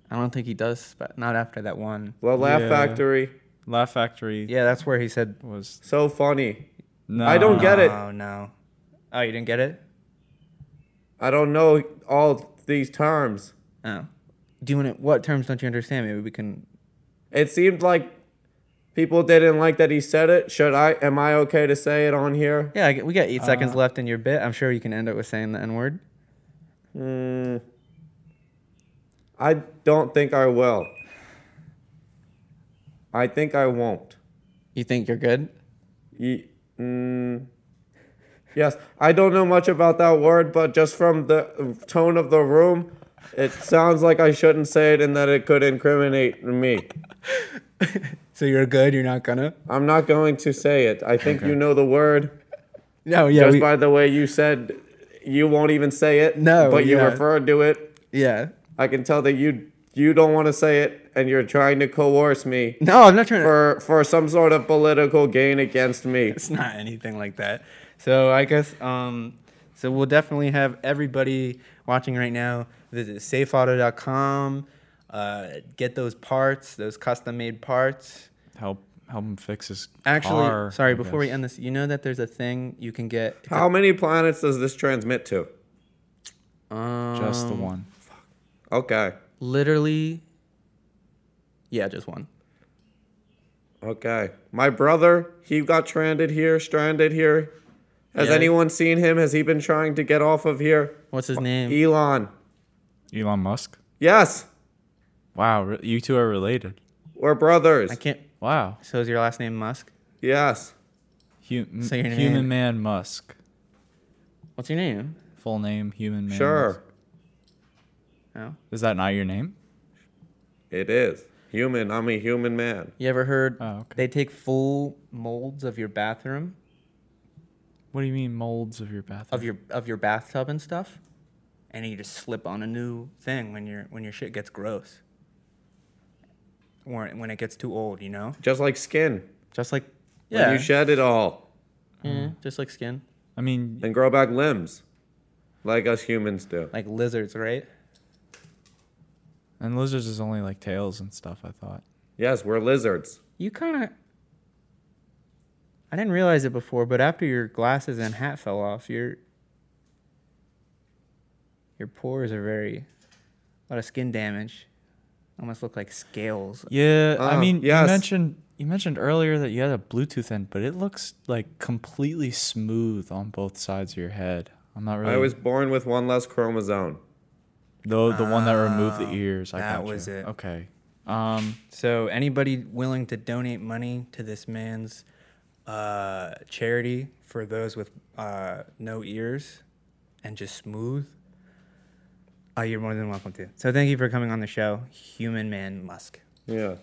S2: I don't think he does, but not after that one.
S6: The Laugh
S3: Yeah.
S6: Factory.
S3: Laugh Factory
S4: Yeah, that's where he said.
S3: was.
S6: So funny.
S3: No,
S6: I don't get it.
S4: Oh no. Oh, you didn't get it.
S6: I don't know all these terms.
S2: Oh, do you want to? What terms don't you understand? Maybe we can.
S6: It seemed like people didn't like that he said it. Should I? Am I okay to say it on here?
S2: Yeah, I g- we got eight
S3: Uh.
S2: seconds left in your bit. I'm sure you can end it with saying the N word.
S6: Mm, I don't think I will. I think I won't.
S2: You think you're good?
S6: Ye- mm, yes, I don't know much about that word, but just from the tone of the room, it sounds like I shouldn't say it and that it could incriminate me.
S2: So you're good. You're not gonna.
S6: I'm not going to say it. I think you know the word.
S2: No, yeah,
S6: Just
S2: we,
S6: by the way you said you won't even say it.
S2: No,
S6: But you
S2: yeah.
S6: referred to it.
S2: yeah.
S6: I can tell that you you don't want to say it and you're trying to coerce me
S2: No, I'm not trying to.
S6: for for some sort of political gain against me.
S2: It's not anything like that. So I guess um, so we'll definitely have everybody watching right now visit safeauto.com, uh, get those parts, those custom made parts.
S3: help help him fix his
S2: Actually,
S3: car,
S2: sorry,
S3: I
S2: before we
S3: guess.
S2: end this, you know that there's a thing you can get. it's
S6: How many planets does this transmit to?
S2: a- um,
S3: just the one.
S6: Okay.
S2: Literally, yeah, just one.
S6: Okay. My brother, he got stranded here, stranded here. Has
S2: Yeah.
S6: anyone seen him? Has he been trying to get off of here?
S2: What's his name?
S6: Elon.
S3: Elon Musk.
S6: Yes.
S3: Wow, re- you two are related.
S6: We're brothers.
S2: I can't.
S3: Wow,
S2: So is your last name Musk?
S6: Yes.
S3: Hum-
S2: So your name-
S3: human man Musk.
S2: What's your name?
S3: Full name, human man. Musk.
S6: Sure.
S2: Oh.
S3: Is that not your name?
S6: It is. Human. I'm a human man.
S2: You ever heard
S3: Oh, okay.
S2: they take full molds of your bathroom,
S3: What do you mean molds of your bathroom?
S2: of your of your bathtub and stuff, and you just slip on a new thing when your when your shit gets gross
S4: Or when it gets too old, you know.
S6: Just like skin.
S2: just like
S6: Yeah.
S2: yeah,
S6: you shed it all
S2: yeah Mm-hmm. just like skin
S3: I mean,
S6: and grow back limbs. Like us humans do.
S2: like lizards right
S3: and lizards is only like tails and stuff. I thought.
S6: Yes, we're lizards.
S2: you kind of i didn't realize it before but after your glasses and hat fell off your your pores are very a lot of skin damage almost look like scales
S3: Yeah, I
S4: Uh,
S6: Oh,
S3: mean,
S6: yes.
S3: you mentioned you mentioned earlier that you had a Bluetooth in, but it looks like completely smooth on both sides of your head. I'm not really.
S6: I was born with one less chromosome.
S3: the the one that removed the ears. I
S4: Ah, that
S3: gotcha.
S4: was it.
S3: Okay. Um,
S4: So anybody willing to donate money to this man's uh, charity for those with uh, no ears and just smooth, uh, you're more than welcome to. So thank you for coming on the show, Human Man Musk.
S1: Yeah.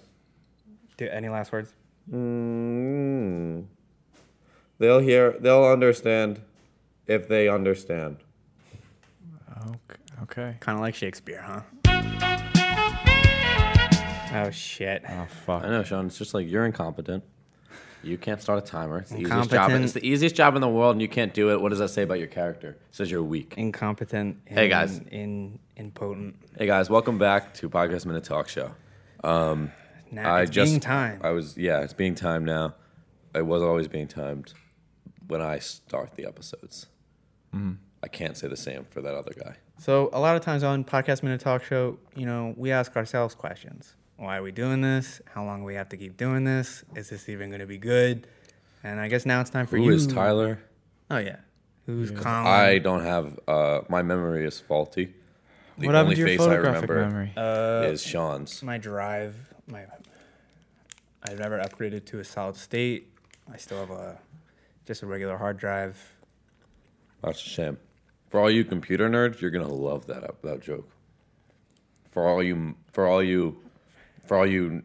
S4: Do any last words?
S1: Mm. They'll hear. They'll understand if they understand.
S3: Okay. okay.
S4: Kind of like Shakespeare, huh? Oh shit.
S3: Oh
S1: I
S3: fuck.
S1: know, Sean. It's just like you're incompetent. You can't start a timer. It's the easiest job.
S4: Incompetent.
S1: It's the easiest job in the world, and you can't do it. What does that say about your character? It says you're weak.
S4: Incompetent. And,
S1: Hey, guys.
S4: In impotent.
S1: Hey guys, welcome back to Podcast Minute Talk Show.
S4: Now it's being time.
S1: I was yeah, it's being time now. It was always being timed when I start the episodes. I can't say the same for that other guy.
S4: So a lot of times on podcast minute talk show, you know, we ask ourselves questions: Why are we doing this? How long do we have to keep doing this? Is this even going to be good? And I guess now it's time for
S1: Who is
S4: you.
S1: Tyler?
S4: Oh yeah. Who's Colin?
S1: I don't have. Uh, my memory is faulty. The
S3: What happened to your photographic memory?
S4: Uh,
S1: is Sean's.
S4: my drive. My I've never upgraded to a solid state. I still have a just a regular hard drive.
S1: That's a shame. For all you computer nerds, you're gonna love that up that joke. For all you, for all you, for all you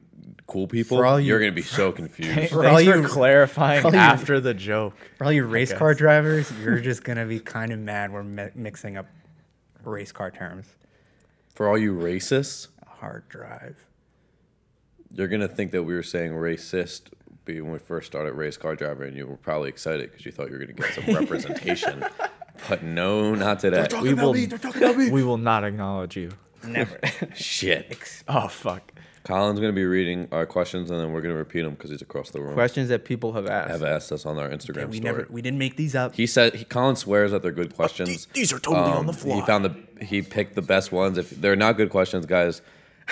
S1: cool people,
S4: For all you-
S1: you, are gonna be so confused.
S4: all
S3: Thanks
S4: you-
S3: for clarifying
S4: for all you-
S3: after the joke.
S4: For all you race car drivers, you're just gonna be kind of mad we're mi- mixing up race car terms.
S1: for all you racists,
S4: Hard drive.
S1: you're gonna think that we were saying racist be- when we first started race car driver, and you were probably excited because you thought you were gonna get some representation. But no, not today.
S3: We will, we will not acknowledge you.
S4: Never.
S1: Shit.
S3: Oh fuck.
S1: Colin's gonna be reading our questions, and then we're gonna repeat them because he's across the room.
S2: Questions that people have asked.
S1: Have asked us on our Instagram
S4: we
S1: story.
S4: never. We didn't make these up.
S1: He said he, Colin swears that they're good questions. Um,
S5: these are totally on the fly.
S1: He found the he picked the best ones. If they're not good questions, guys,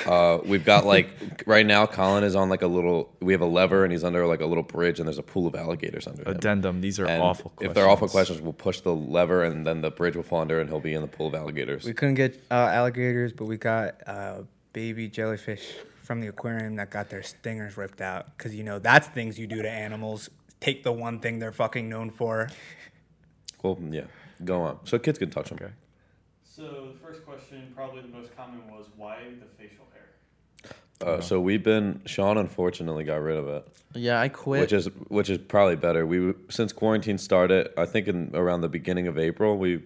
S1: uh, we've got like right now. Colin is on like a little. We have a lever, and he's under like a little bridge, and there's a pool of alligators under him.
S3: Addendum. These are
S1: And
S3: Oh, awful. Questions.
S1: If they're awful questions, we'll push the lever, and then the bridge will fall under, and he'll be in the pool of alligators.
S4: We couldn't get uh, alligators, but we got uh, baby jellyfish from the aquarium that got their stingers ripped out. Because, you know, that's things you do to animals. Take the one thing they're fucking known for.
S1: Well, yeah, go on. So kids can touch them.
S3: Okay.
S7: So the first question, probably the most common, was why the facial hair?
S1: Uh, so we've been Sean unfortunately got rid of it.
S2: Yeah, I quit.
S1: which is which is probably better. We since quarantine started, I think in around the beginning of April, we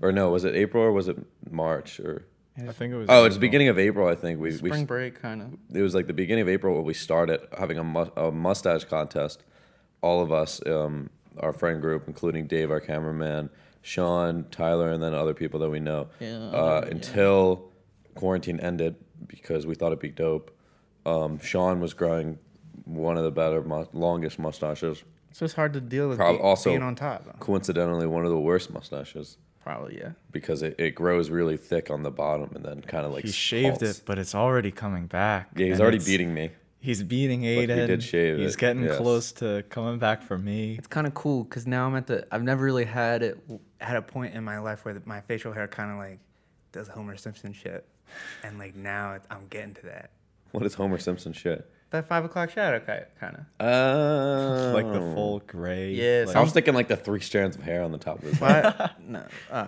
S1: or no, was it April or was it March or
S3: I think it was.
S1: Oh, it's beginning of April, I think. We, we
S2: Spring break, kind of.
S1: it was like the beginning of April where we started having a, mu- a mustache contest. All of us, um, our friend group, including Dave, our cameraman, Sean, Tyler, and then other people that we know,
S2: Yeah,
S1: uh, until quarantine ended because we thought it'd be dope. Um, Sean was growing one of the better, mu- longest mustaches.
S2: It's just hard to deal with
S1: Prob-
S2: be-
S1: also-
S2: being on top. though.
S1: Coincidentally, one of the worst mustaches
S2: Probably, yeah.
S1: because it, it grows really thick on the bottom and then kind of like
S3: He shaved
S1: halts.
S3: it, but it's already coming back.
S1: Yeah, he's
S3: and
S1: already
S3: it's-
S1: beating me.
S3: He's beating
S1: he
S3: Aiden.
S1: did shave
S3: He's
S1: it,
S3: getting
S1: yes.
S3: close to coming back for me.
S2: It's kind of cool because now I'm at the. I've never really had it.
S4: At a point in my life where the, my facial hair kind of like does Homer Simpson shit. And like now it, I'm getting to that.
S1: What is Homer Simpson shit?
S2: That five o'clock shadow cut, kind of.
S1: Oh.
S3: Like the full gray.
S2: Yeah,
S1: I
S3: like-
S1: was thinking like the three strands of hair on the top of his head.
S2: But no. Uh,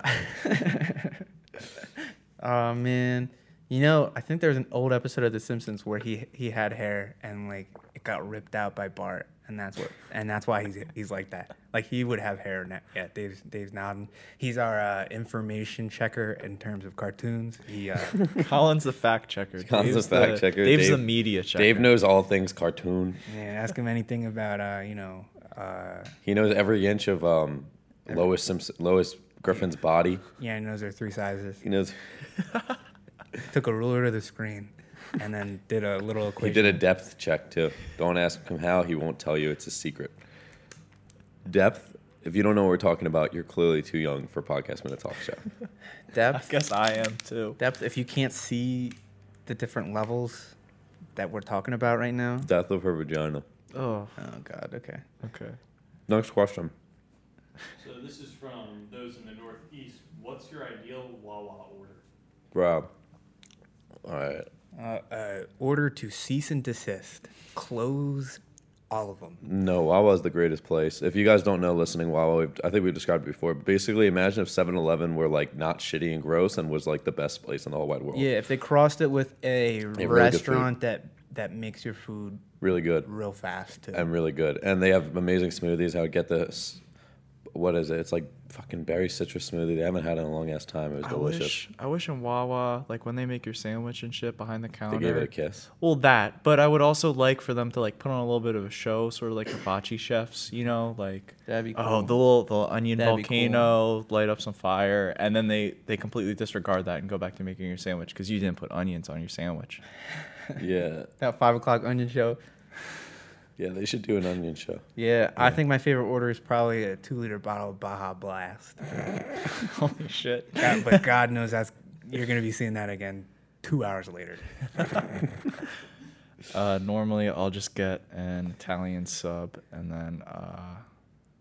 S2: oh man, you know, I think there was an old episode of The Simpsons where he
S4: He had hair and like it got ripped out by Bart. And that's what, and that's why he's he's like that. Like he would have hair now. Yeah, Dave's Dave's nodding. He's our uh, information checker in terms of cartoons. He uh,
S3: Colin's the fact checker.
S1: Colin's the
S3: Dave's
S1: fact checker.
S3: Dave's
S1: Dave-
S3: the media checker.
S1: Dave knows all things cartoon.
S4: Man, ask him anything about uh, you know, uh,
S1: He knows every inch of um, Lois Simpson, Lois Griffin's body.
S4: yeah, he knows there are three sizes.
S1: He knows.
S4: Took a ruler to the screen, and then did a little
S1: He
S4: equation.
S1: did a depth check too. Don't ask him how. He won't tell you. It's a secret. Depth. If you don't know what we're talking about, you're clearly too young for podcast minute talk show.
S3: I
S2: depth
S3: guess I am too.
S2: depth. If you can't see the different levels that we're talking about right now.
S1: Depth of her vagina.
S3: Oh,
S2: Oh God. Okay.
S3: okay.
S1: Next question.
S7: So this is from those in the Northeast. What's your ideal Wawa order?
S1: Rob. All right.
S4: uh, uh, order to cease and desist. Close all of them.
S1: No, Wawa is the greatest place. If you guys don't know, listening, Wawa, we've, I think we've described it before. But basically, imagine if 7 Eleven were like not shitty and gross and was like the best place in the whole wide world.
S4: Yeah, if they crossed it with a
S1: good
S4: restaurant that that makes your food
S1: Really good.
S4: real fast. Too.
S1: and really good. And they have amazing smoothies. I would get the, s- what is it? It's like fucking berry citrus smoothie. They haven't had it in a long ass time. It was
S3: I
S1: delicious.
S3: wish, I wish in Wawa, like when they make your sandwich and shit behind the
S1: They
S3: counter.
S1: gave it a kiss.
S3: Well, that, but I would also like for them to like put on a little bit of a show, sort of like hibachi chefs, you know, like
S2: That'd be
S3: oh
S2: cool.
S3: the little the onion
S2: That'd be
S3: volcano, light up some fire, and then they they completely disregard that and go back to making your sandwich because you didn't put onions on your sandwich.
S1: Yeah.
S2: That five o'clock onion show.
S1: Yeah, they should do an onion show.
S4: yeah, I think my favorite order is probably a two liter bottle of Baja Blast.
S3: Holy shit!
S4: God, but God knows that's you're gonna be seeing that again two hours later.
S3: Uh, normally I'll just get an Italian sub and then uh,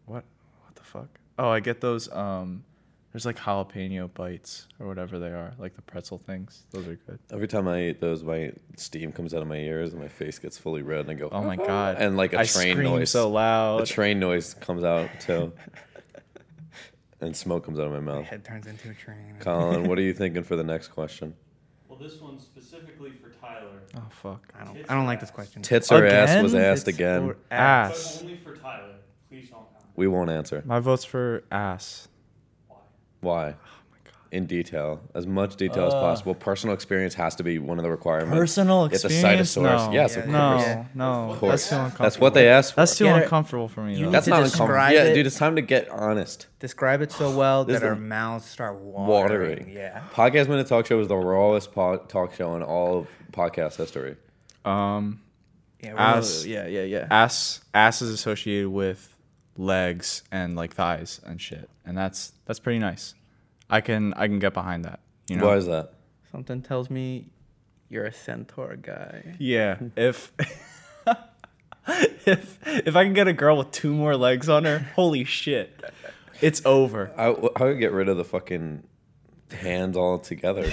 S3: what what the fuck? Oh, I get those um. There's like jalapeno bites or whatever they are, like the pretzel things. Those are good.
S1: Every time I eat those, my steam comes out of my ears and my face gets fully red, and I go,
S3: Oh my god!
S1: And like a
S3: I
S1: train
S3: scream
S1: noise.
S3: so
S1: The
S3: loud.
S1: train noise comes out too, and smoke comes out of my
S4: My
S1: mouth.
S4: head turns into a train.
S1: Colin, what are you thinking for the next question?
S7: Well, this one's specifically for Tyler.
S3: oh fuck!
S4: I don't I don't like this question.
S1: Tits or ass was
S3: Again?
S1: asked
S4: Tits
S1: again.
S4: or ass.
S3: Ass.
S7: But only for Tyler. Please don't comment.
S1: we won't answer.
S3: My vote's for ass.
S7: Why?
S1: Why? In detail, as much detail as
S3: Oh Uh.
S1: possible. Personal experience has to be one of the requirements.
S8: Personal
S1: Get the experience? cytosaurus. No. Yes,
S4: of
S3: No,
S4: course.
S3: no,
S1: Of course.
S3: that's too uncomfortable.
S1: That's what they asked for.
S3: That's too
S2: Yeah.
S3: uncomfortable for me.
S2: You
S3: though.
S1: That's
S2: to
S1: not uncomfortable.
S2: describe
S1: Yeah,
S2: it.
S1: dude, it's time to get honest.
S4: Describe it so well
S1: This
S4: that our
S1: is-
S4: mouths start watering.
S1: Watering.
S4: Yeah.
S1: Podcast Minute Talk Show is the rawest po- talk show in all of podcast history.
S3: um,
S4: Yeah. we're
S3: ass,
S2: Yeah, yeah, yeah.
S3: ass, ass is associated with legs and like thighs and shit, and that's that's pretty nice. I can I can get behind that. You know.
S1: Why is that?
S2: Something tells me you're a centaur guy.
S3: Yeah. If if if I can get a girl with two more legs on her, holy shit, it's over.
S1: I, I would get rid of the fucking hands all together.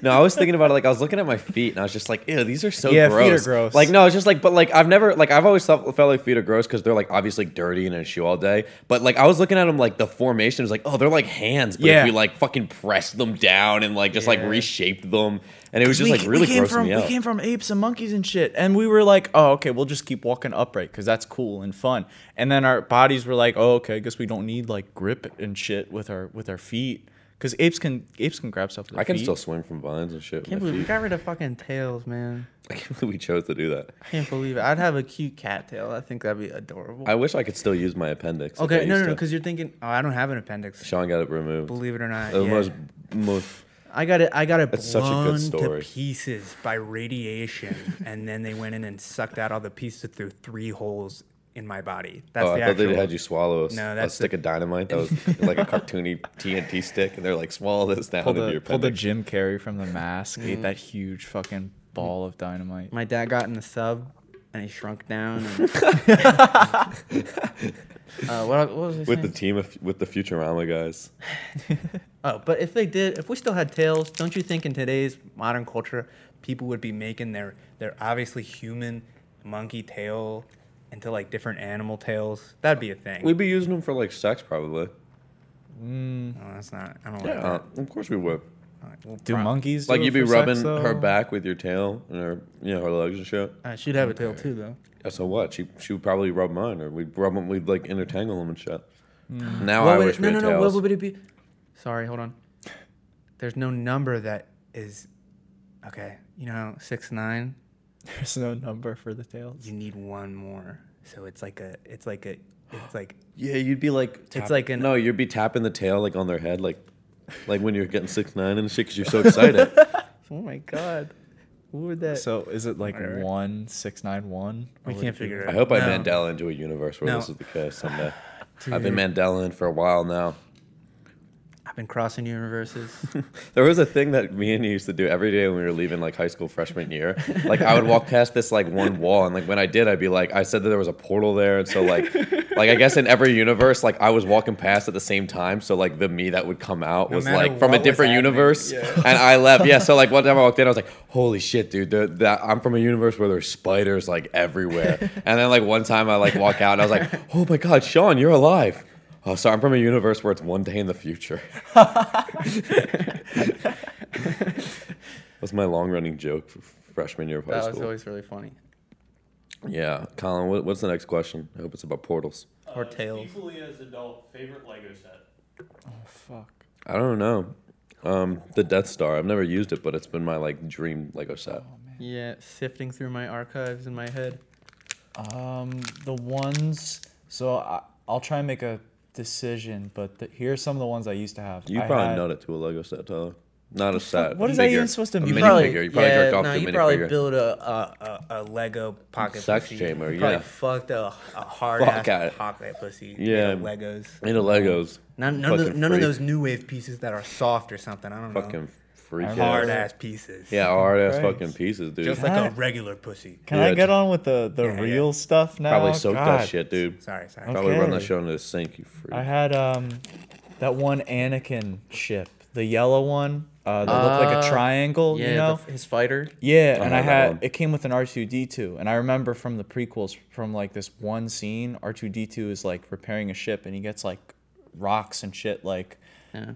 S1: no, I was thinking about it. Like I was looking at my feet, and I was just like, "Ew, these are so
S3: Yeah, feet are
S1: gross."
S3: gross.
S1: Like no, it's just like, but like I've never like I've always felt, felt like feet are gross because they're like obviously dirty and in a shoe all day. But like I was looking at them like the formation was like, oh, they're like hands, but
S3: Yeah.
S1: if you like fucking pressed them down and like just like reshaped them, and it was just
S3: we,
S1: like really
S3: we came
S1: grossing
S3: from
S1: me
S3: we
S1: out.
S3: came from apes and monkeys and shit, and we were like, oh okay, we'll just keep walking upright because that's cool and fun. And then our bodies were like, oh okay, I guess we don't need like grip and shit with our with our feet because apes can apes can grab stuff. With their
S1: I can
S3: feet.
S1: still swing from vines and shit. with
S2: Can't
S1: my
S2: believe we
S1: feet.
S2: got rid of fucking tails, man.
S1: I can't believe we chose to do that.
S2: Can't believe it. I'd have a cute cat tail. I think that'd be adorable.
S1: I wish I could still use my appendix. like I
S4: okay. No,
S1: used
S4: no, no.
S1: to.
S4: Because you're thinking, oh, I don't have an appendix.
S1: Sean got it removed.
S4: Believe it or not.
S1: The
S4: yeah.
S1: most most.
S4: I got it. I got it blown
S1: That's such a good story.
S4: to pieces by radiation, and then they went in and sucked out all the pieces through three holes in my body. That's
S1: oh, I
S4: the
S1: thought
S4: actual.
S1: they had you swallow a, s-
S4: No,
S1: a
S4: that's
S1: stick
S4: the-
S1: of dynamite that was like a cartoony TNT stick, and they're like, swallow this down
S3: pulled
S1: into
S3: the
S1: your
S3: pulled the
S1: appendix. Mm-hmm.
S3: Jim Carrey from the mask, ate that huge fucking ball of dynamite.
S2: My dad got in the sub and he shrunk down. And uh, what, what was I
S1: with the
S2: saying?
S1: team of, with the Futurama guys.
S2: oh, but if they did, if we still had tails, don't you think in today's modern culture,
S4: people would be making their their obviously human monkey tail into like different animal tails. That'd be a thing.
S1: We'd be using them for like sex, probably.
S4: no, Oh, that's not. I don't
S1: Uh, of course we would.
S4: like. that. Well,
S3: Do
S4: pro-
S3: monkeys do
S1: Like
S3: it
S1: you'd be
S3: for sex,
S1: rubbing her
S3: though?
S1: back with your tail and her, you know, her legs and shit.
S2: uh, she'd have a tail too, though.
S1: Yeah, so what? She she would probably rub mine, or we'd rub them. We'd like intertangle them and shit.
S3: Hmm.
S1: Now Oh, I
S2: would
S1: wish
S2: it,
S1: we
S2: no,
S1: had
S2: no, no. What
S1: tails.
S2: would it be? Sorry, hold on.
S4: there's no number that is. Okay, you know, how six nine.
S3: There's no number for the tails.
S4: You need one more, so it's like a. It's like a. It's like
S1: yeah, you'd be like, tap-
S4: like an-
S1: no, you'd be tapping the tail like on their head, like, like when you're getting six nine and shit, because you're so excited.
S2: Oh my god, what would that?
S3: So is it like one six nine one?
S4: we can't figure it
S1: I
S4: out.
S1: hope I
S4: oh, No.
S1: Mandela into a universe where
S4: No.
S1: this is the case someday. I've been Mandela in for a while now.
S2: I've been crossing universes.
S1: There was a thing that me and you used to do every day when we were leaving like high school freshman year. Like I would walk past this like one wall, and like when I did, I'd be like, I said that there was a portal there, and so like like I guess in every universe, like I was walking past at the same time, so like the me that would come out
S4: No
S1: was
S4: matter
S1: like from a
S4: what was
S1: different
S4: happening,
S1: universe, and I left. Yeah, so like one time I walked in, I was like, "Holy shit, dude! the- That I'm from a universe where there's spiders like everywhere." and then like one time I like walk out, and I was like, "Oh my god, Sean, you're alive!" Oh, so I'm from a universe where it's one day in the future. That's my long running joke for freshman year of high
S2: That was
S1: school.
S2: always really funny.
S1: yeah, Colin, what, what's the next question? I hope it's about portals.
S2: Or tails.
S7: Uh, Equally as adult, favorite Lego set.
S3: Fuck.
S1: I don't know. Um, the Death Star. I've never used it, but it's been my like dream Lego set.
S2: Yeah, sifting through my archives in my head.
S3: Um, the ones. So I, I'll try and make a decision, but the, here are some of the ones I used to have.
S1: You
S3: I
S1: probably
S3: had-
S1: know it to a Lego set, Tyler. Not a set. a
S3: what is that even
S1: figure.
S3: supposed to
S1: a
S3: mean?
S1: Minifigure.
S4: probably-
S1: you probably
S4: yeah,
S1: jerked off
S4: no,
S1: to a
S4: you probably
S1: minifigure.
S4: build a, a, a, a Lego pocket
S1: Sex
S4: pussy.
S1: chamber,
S4: You probably
S1: yeah.
S4: fucked a, a hard
S1: Fuck at
S4: ass
S1: it.
S4: pocket pussy.
S1: Yeah.
S4: made of Legos.
S1: Made of Legos.
S4: None, none, of, those,
S1: Fucking
S4: none of
S1: freak.
S4: those new wave pieces that are soft or something. I don't know.
S1: Fucking freak
S4: Hard
S1: ass.
S4: ass pieces.
S1: Yeah, hard ass
S3: Christ.
S1: fucking pieces, dude.
S4: Just like a regular pussy.
S3: Can
S1: Yeah,
S3: I get on with the the
S4: yeah.
S3: real stuff now?
S1: probably soaked
S3: Oh, God.
S1: that shit, dude.
S4: Sorry, sorry.
S1: Probably run that
S3: Okay.
S1: shit under the sink, you freak.
S3: I had um, that one Anakin ship, the yellow one uh, that looked like a
S2: Uh,
S3: triangle.
S2: yeah,
S3: you know,
S2: the, his fighter.
S3: Yeah, and
S1: had
S3: I
S1: that
S3: had
S1: one.
S3: it came with an R two D two, and I remember from the prequels from like this one scene, R two D two is like repairing a ship, and he gets like rocks and shit like
S2: Yeah.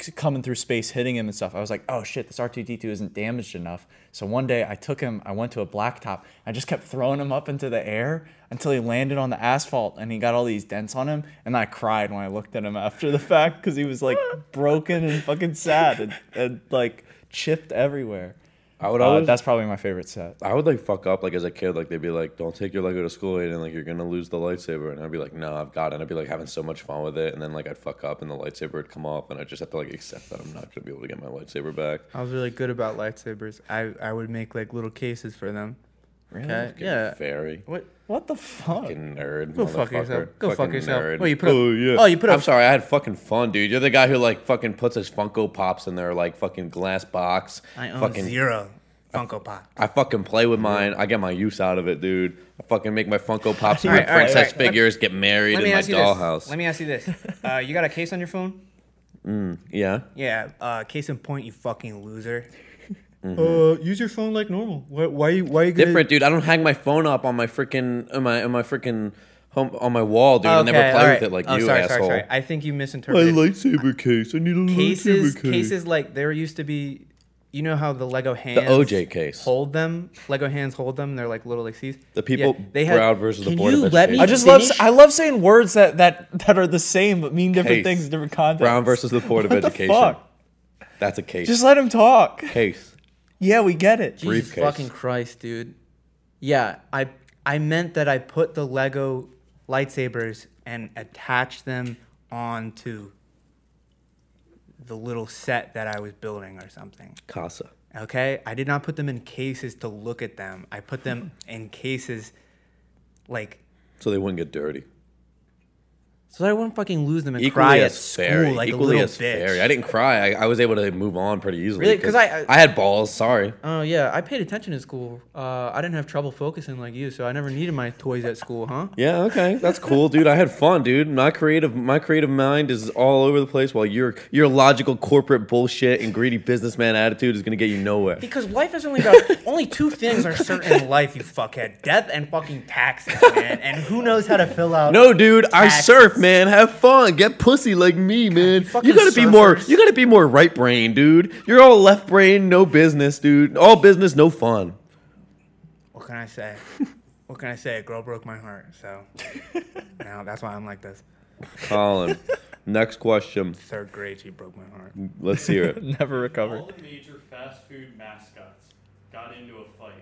S3: c- coming through space, hitting him and stuff. I was like, oh shit, this R two D two isn't damaged enough. So one day I took him, I went to a blacktop, I just kept throwing him up into the air until he landed on the asphalt, and he got all these dents on him, and I cried when I looked at him after the fact because he was like broken and fucking sad and, and like chipped everywhere.
S1: I would
S3: Uh,
S1: always
S3: that's probably my favorite set.
S1: I would like fuck up like as a kid, like they'd be like, Don't take your Lego to school and like you're gonna lose the lightsaber and I'd be like, No, I've got it and I'd be like having so much fun with it and then like I'd fuck up and the lightsaber would come off and I just have to like accept that I'm not gonna be able to get my lightsaber back.
S2: I was really good about lightsabers. I, I would make like little cases for them. Really?
S1: Fucking
S2: Yeah.
S1: Fairy.
S2: What?
S3: What the fuck?
S1: Fucking nerd.
S2: Go fuck
S1: motherfucker.
S2: yourself. Go fuck
S1: Fucking
S2: yourself.
S1: nerd.
S2: Wait, you put up-
S1: oh, yeah.
S2: oh, you put
S1: I'm
S2: up-
S1: sorry, I had fucking fun, dude. You're the guy who like fucking puts his Funko Pops in their like fucking glass box.
S2: I own
S1: fucking
S4: Zero Funko Pop.
S1: I fucking play with mine. I get my use out of it, dude. I fucking make my Funko Pops and my
S4: Alright, alright,
S1: princess
S4: alright. Let-
S1: figures, get married in
S4: Let me
S1: my
S4: ask you this.
S1: dollhouse.
S4: Let me ask you this. Uh, you got a case on your phone?
S1: yeah.
S4: Yeah. Uh, case in point, you fucking loser.
S2: Uh, use your phone like normal. Why? Why? Why you
S1: Different, dude. I don't hang my phone up on my freaking on my on my freaking home on my wall, dude. I never play with it like you,
S2: Oh, sorry,
S1: asshole.
S2: Sorry, sorry. I think you misinterpreted.
S1: lightsaber case. I need a
S2: cases, cases like there used to be. You know how the Lego hands
S1: OJ case.
S2: hold them. Lego hands hold them. They're like little like these.
S1: The people Broward versus the
S2: Can
S1: Board of
S2: you let
S1: Education.
S2: me
S3: I just love
S2: finish?
S3: I love saying words that that that are the same but mean different
S1: Case.
S3: things in different contexts.
S1: Brown versus the Board of
S3: What the
S1: Education.
S3: fuck?
S1: That's a case.
S3: Just let him talk.
S1: case.
S3: Yeah, we get it.
S2: Jesus
S1: briefcase.
S2: fucking Christ, dude. Yeah, I I meant that I put the Lego lightsabers
S4: and attach them onto the little set that I was building or something.
S1: Casa.
S4: Okay? I did not put them in cases to look at them. I put them in cases like
S1: So they wouldn't get dirty.
S4: so that I wouldn't fucking lose them and
S1: Equally
S4: cry at
S1: as
S4: school
S1: fairy.
S4: like
S1: Equally
S4: a little
S1: as
S4: bitch.
S1: fairy. I didn't cry. I, I was able to move on pretty easily.
S2: Really? 'Cause I- I-
S1: I had balls. Sorry.
S2: Oh yeah, I paid attention in school. Uh, I didn't have trouble focusing like you, so I never needed my toys at school, huh?
S1: Yeah, okay. That's cool, dude. I had fun, dude. My creative my creative mind is all over the place while your your logical corporate bullshit and greedy businessman attitude is gonna get you nowhere.
S4: Because life is only about only two things are certain in life, you fuckhead. Death and fucking taxes, man. And who knows how to fill out
S1: No, dude, I
S4: Taxes.
S1: surf, man. Have fun. Get pussy like me, man.
S4: fucking
S1: You gotta be more
S4: surfers.
S1: you gotta be more right brain, dude. You're all left brain, no business, dude. All business, no fun.
S4: what can I say? What can I say? A girl broke my heart, so now that's why I'm like this.
S1: Colin. Next question.
S4: Third grade, she broke my heart.
S1: Let's hear it.
S3: Never recovered.
S7: All the major fast food mascots got into a fight.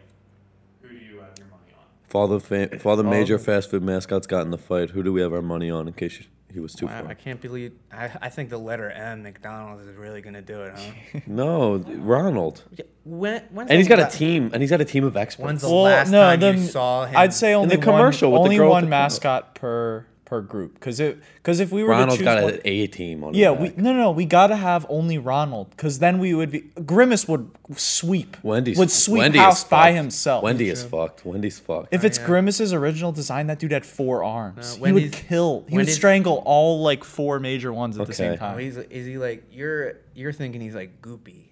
S7: Who do you have your money on?
S1: Father, fa- father major fast food mascots got in the fight. Who do we have our money on in case she- he was too
S2: Wow, I
S1: far?
S2: can't believe.
S4: I, I think the letter M, McDonald's, is really gonna do it, huh?
S1: No, Ronald.
S2: Yeah, When, when's
S1: And
S2: the
S1: he's got a
S2: la-
S1: team, and he's got a team of experts.
S4: When's the last time you saw him?
S3: I'd say only
S1: the commercial
S3: one,
S1: with the
S3: only
S1: girl with
S3: one
S1: the-
S3: mascot per per group because it because if we were
S1: Ronald's
S3: to choose
S1: got
S3: one-
S1: an A team on. his
S3: yeah,
S1: back.
S3: we no no no, we gotta have only Ronald because then we would be Grimace would sweep
S1: Wendy's
S3: would sweep
S1: Wendy is
S3: house by
S1: fucked.
S3: himself.
S1: Wendy is fucked. Wendy's fucked.
S2: Oh,
S3: If it's
S4: yeah.
S3: Grimace's original design, that dude had four arms.
S2: Uh,
S4: No,
S3: he would
S4: Wendy's-
S3: kill. He would
S4: Wendy's-
S3: strangle all like four major ones at the same
S1: Okay.
S3: time.
S4: Oh, he's, is he like you're? You're thinking he's like goopy.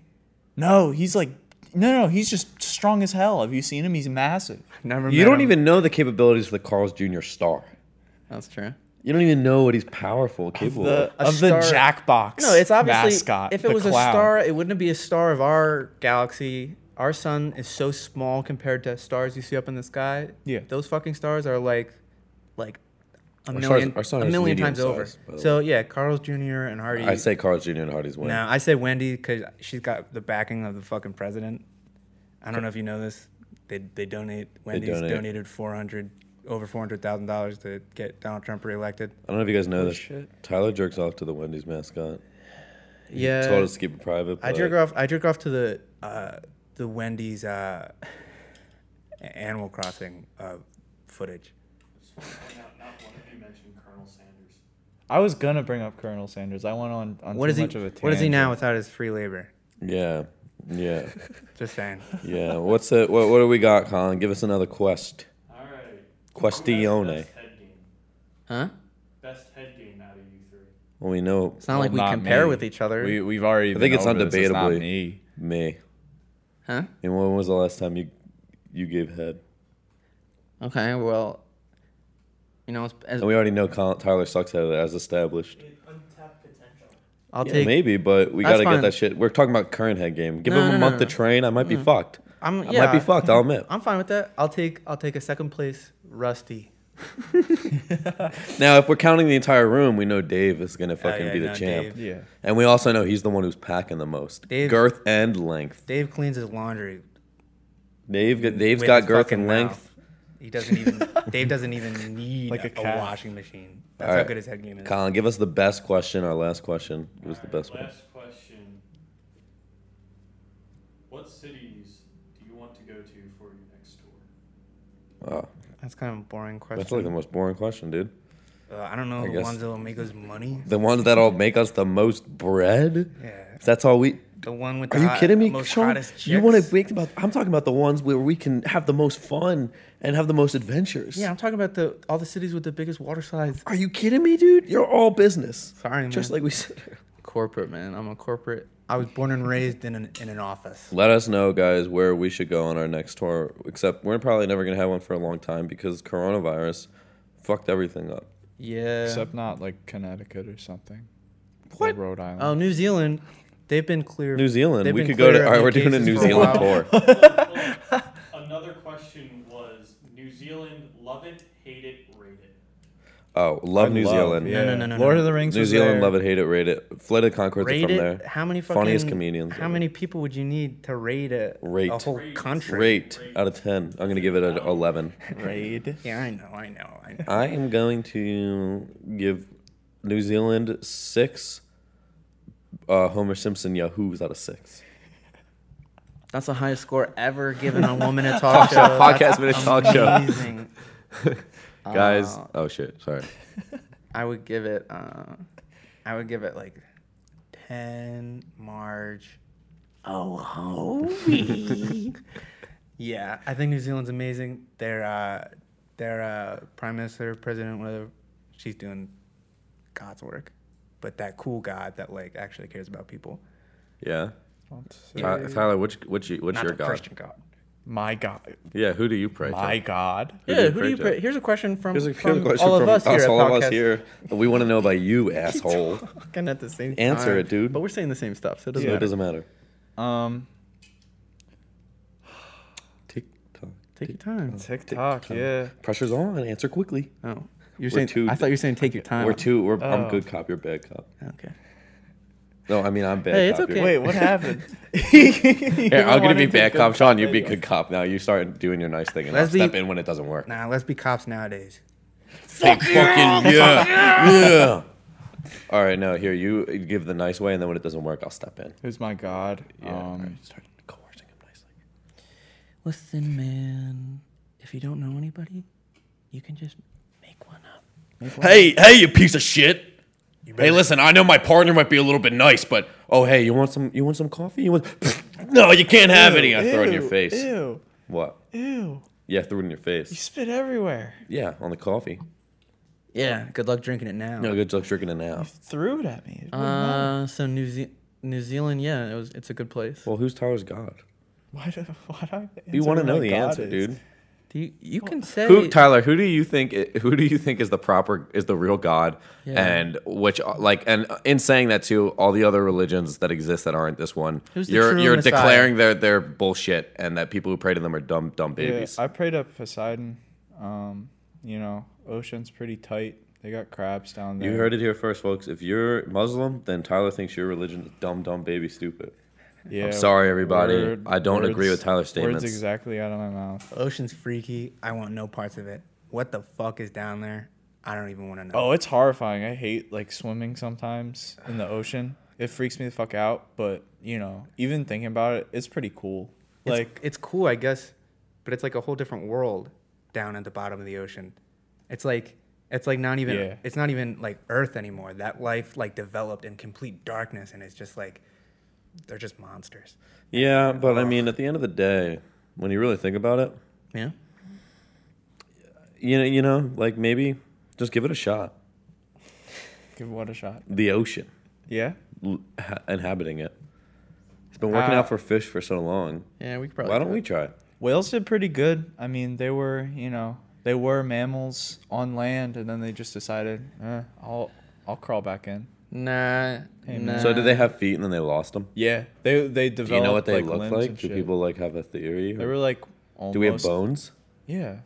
S3: No, he's like no no, he's just strong as hell. Have you seen him? He's massive.
S2: Never.
S1: you
S2: met
S1: don't
S2: him.
S1: even know the capabilities of the Carl's Jr. star.
S2: That's true.
S1: You don't even know what he's powerful, capable of.
S3: The,
S2: A
S3: of the
S2: star-
S3: Jackbox.
S2: No, it's obviously
S3: mascot,
S2: if it
S3: the
S2: was a
S3: clown.
S2: star, it wouldn't be a star of our galaxy. Our sun is so small compared to stars you see up in the sky.
S3: Yeah.
S2: those fucking stars are like, like a
S1: Our
S2: million,
S1: stars- our sun
S2: a
S1: is
S2: million
S1: medium
S2: times over.
S1: size, by the
S2: So yeah, Carl's Jr. and Hardy.
S1: I say Carl's Jr. and Hardy's win.
S4: No, I say Wendy because she's got the backing of the fucking president. I don't know if you know this. They they donate. Wendy's
S1: donate.
S4: donated four hundred over four hundred thousand dollars to get Donald Trump reelected.
S1: I don't know if you guys
S3: Oh,
S1: know this. Tyler jerks off to the Wendy's mascot. He
S2: yeah,
S1: told us to keep it private.
S4: I
S1: but-
S4: jerk off. I jerk off to the uh, the Wendy's uh, Animal Crossing uh, footage.
S7: Just want to point out, not one of you mentioned Colonel Sanders.
S3: I was gonna bring up Colonel Sanders. I went on, on
S4: What
S3: too
S4: is he?
S3: much of a
S4: What is he
S3: tangent.
S4: now without his free labor?
S1: Yeah, yeah,
S4: Just saying.
S1: yeah. What's it? What, what do we got, Colin? Give us another quest.
S7: All right. Who has
S1: Questione.
S7: the Best head game.
S2: huh?
S7: Best head game out of you three.
S1: Well, we know
S2: It's not like we
S9: not
S2: compare
S9: me.
S2: with each other,
S9: We we've already.
S1: I
S9: been
S1: think it's
S9: over this. not
S1: undebatably.
S9: me.
S1: me.
S2: huh?
S1: And when was the last time you you gave head?
S2: Okay, well, you know, as- as,
S1: And we already know Colin, Tyler sucks at it, as established.
S7: Untapped potential.
S2: I'll
S1: Yeah,
S2: take.
S1: maybe, but we
S2: That's
S1: gotta
S2: fine.
S1: get that shit. We're talking about current head game. Give
S2: No,
S1: him a
S2: no,
S1: month
S2: no,
S1: to
S2: no.
S1: train. I might be fucked.
S2: I'm,
S1: I
S2: yeah,
S1: might be fucked. I'll admit.
S2: I'm fine with that. I'll take. I'll take a second place, Rusty.
S1: now, if we're counting the entire room, we know Dave is gonna fucking
S4: yeah,
S1: be the
S4: no,
S1: champ.
S4: Dave.
S9: Yeah.
S1: And we also know he's the one who's packing the most,
S4: Dave-
S1: girth and length.
S4: Dave cleans his laundry.
S1: Dave, got-
S4: Dave's
S1: Dave's got girth and length.
S4: He doesn't even. Dave doesn't even need
S3: Like a
S4: a,
S3: cat.
S4: washing machine. That's
S1: All
S4: how
S1: right.
S4: good his head game is.
S1: Colin, give us the best question. Our last question. Give us the best one.
S7: Last question. What cities do you want to go to for your next tour?
S1: Wow,
S2: That's kind of a boring question.
S1: that's like the most boring question, dude.
S4: Uh, I don't know
S1: I
S4: the
S1: guess-
S4: ones that'll make us money.
S1: The ones that'll make us the most bread.
S4: Yeah,
S1: That's all we.
S4: the one with
S1: Are
S4: the
S1: you
S4: hot-
S1: kidding me,
S4: most
S1: Sean?
S4: hottest chicks.
S1: You want to think about? I'm talking about the ones where we can have the most fun and have the most adventures.
S2: Yeah, I'm talking about the all the cities with the biggest water slides.
S1: Are you kidding me, dude? You're all business.
S2: Sorry, man.
S1: Just like we said.
S2: corporate, man. I'm a corporate.
S4: I was born and raised in an in an office.
S1: Let us know, guys, where we should go on our next tour. Except we're probably never gonna have one for a long time because coronavirus fucked everything up.
S2: Yeah.
S9: Except not like Connecticut or something.
S2: What?
S9: Or Rhode Island.
S2: oh, New Zealand. They've been clear.
S1: New Zealand.
S2: They've
S1: We
S2: been
S1: could go to.
S2: clear
S1: All
S2: of
S1: right,
S2: new
S1: we're doing a
S2: cases
S1: New
S2: for a
S1: Zealand
S2: while.
S1: tour.
S7: Another question was New Zealand, love it, hate it, rate it.
S1: Oh, love
S9: I
S1: New
S9: love-
S1: Zealand.
S9: yeah.
S2: no, no, no,
S9: Lord
S2: no.
S9: of the Rings.
S1: New
S9: was
S1: Zealand,
S9: there.
S1: love it, hate it, rate it. Flight of Concords are
S2: Rate
S1: from
S2: it.
S1: there.
S2: How many fucking
S1: Funniest comedians
S2: How
S1: ever.
S2: many people would you need to rate a
S1: Rate.
S2: a whole
S7: Rate.
S2: country?
S1: Rate out of ten. I'm gonna give it an eleven.
S2: Raid. Yeah, I know. I know. I know.
S1: I am going to give New Zealand six. Uh, Homer Simpson Yahoo's out of six.
S2: That's the highest score ever given on Woman at Talk Show. That's
S1: podcast minute talk show.
S2: Amazing.
S1: Guys,
S2: Uh,
S1: oh shit, sorry.
S2: I would give it. Uh, I would give it like ten March. Oh, holy. yeah, I think New Zealand's amazing. Their uh, their uh, prime minister, president, whatever, she's doing God's work, but that cool God that like actually cares about people.
S1: Yeah. Ty-
S2: Yeah, yeah, yeah.
S1: Tyler, which which you- what's
S2: Not
S1: your
S2: the
S1: god?
S2: Christian God.
S3: My God,
S1: Yeah, who do you pray
S3: my
S1: to?
S3: God.
S1: Who do
S2: yeah,
S1: you
S2: who
S1: pray
S2: do you
S1: to?
S2: pray? Here's a question from,
S1: Here's a, here's
S2: from
S1: a question
S2: all
S1: from
S2: of us here. at
S1: all of us
S2: Podcast.
S1: here. that We want to know about you, asshole.
S2: Fucking at the same
S1: Answer
S2: time.
S1: it, dude.
S2: But we're saying the same stuff, so it
S1: So
S2: doesn't
S1: it
S2: matter.
S1: doesn't matter.
S9: Um,
S1: Tick tock.
S2: Take your time.
S1: Oh.
S9: TikTok. Yeah.
S1: Pressure's on. Answer quickly.
S2: Oh, you're
S1: We're
S2: saying.
S1: too-
S2: I thought you were saying take your time.
S1: We're two. We're, I'm
S9: Oh.
S1: good cop. You're bad cop.
S2: Okay.
S1: No, I mean I'm bad.
S2: Hey, it's
S1: cop, you're
S2: okay.
S1: good
S9: Wait, what happened?
S1: Here, I'm gonna be bad cop, Sean. You be good cop. Now you start doing your nice thing, and I'll
S4: Let's be-
S1: step in when it doesn't work.
S4: Nah, let's be cops nowadays.
S1: Fuck fucking yeah, yeah. All right, no, here you give the nice way, and then when it doesn't work, I'll step in.
S9: Who's my God?
S1: Yeah, all
S9: Um,
S1: right, start coercing him nicely.
S2: Listen, man. If you don't know anybody, you can just make one up.
S1: Hey, hey, you piece of shit. Hey, listen, I know my partner might be a little bit nice, but oh, hey, you want some? You want some coffee? You want? no, you can't have any. I throw it in your face.
S3: Ew.
S1: What?
S3: Ew.
S1: Yeah, I threw it in your face.
S3: Spit everywhere.
S1: Yeah, on the coffee.
S2: Yeah. Good luck drinking it now.
S1: No good luck drinking it now.
S3: Threw it at me.
S2: Uh, so New Ze- New Zealand, yeah, it was. It's a good place.
S1: Well, who's Tyler's God?
S3: why do, why do I
S1: You want to know the answer, dude?
S2: Do you, you can say
S1: Who Tyler? Who do you think? i- Who do you think is the proper is the real God?
S2: Yeah.
S1: And which like and in saying that too, all the other religions that exist that aren't this one,
S2: Who's the
S1: you're
S2: true
S1: you're
S2: Messiah?
S1: declaring their their bullshit and that people who pray to them are dumb dumb babies.
S3: I prayed up Poseidon. Um, you know, ocean's pretty tight. They got crabs down there.
S1: you heard it here first, folks. If you're Muslim, then Tyler thinks your religion is dumb dumb baby stupid.
S3: Yeah,
S1: sorry, everybody. I don't agree with Tyler's statements.
S3: Words exactly out of my mouth.
S4: Ocean's freaky. I want no parts of it. What the fuck is down there? I don't even want to know.
S3: Oh, it's horrifying. I hate like swimming sometimes in the ocean. It freaks me the fuck out. But you know, even thinking about it, it's pretty cool. Like
S4: it's, it's cool, I guess, but it's like a whole different world down at the bottom of the ocean. It's like it's like not even
S3: Yeah.
S4: it's not even like Earth anymore. That life like developed in complete darkness, and it's just like they're just monsters.
S1: Yeah, but I mean, at the end of the day, when you really think about it,
S2: Yeah.
S1: you know, you know, like maybe just give it a shot.
S3: give what a shot.
S1: The ocean.
S3: Yeah.
S1: l- ha- inhabiting it. It's been working
S3: Uh,
S1: out for fish for so long.
S2: Yeah, we could probably.
S1: Why don't we try? it?
S3: Whales did pretty good. I mean, they were, you know, they were mammals on land, and then they just decided, eh, I'll, I'll crawl back in.
S2: Nah. nah.
S1: So did they have feet and then they lost them?
S3: Yeah, they they developed.
S1: Do you know what they
S3: Uh, like,
S1: look
S3: limbs
S1: like?
S3: and
S1: Do
S3: shit.
S1: people like have a theory?
S3: They
S1: or-
S3: were like. Almost,
S1: Do we have bones?
S3: Yeah,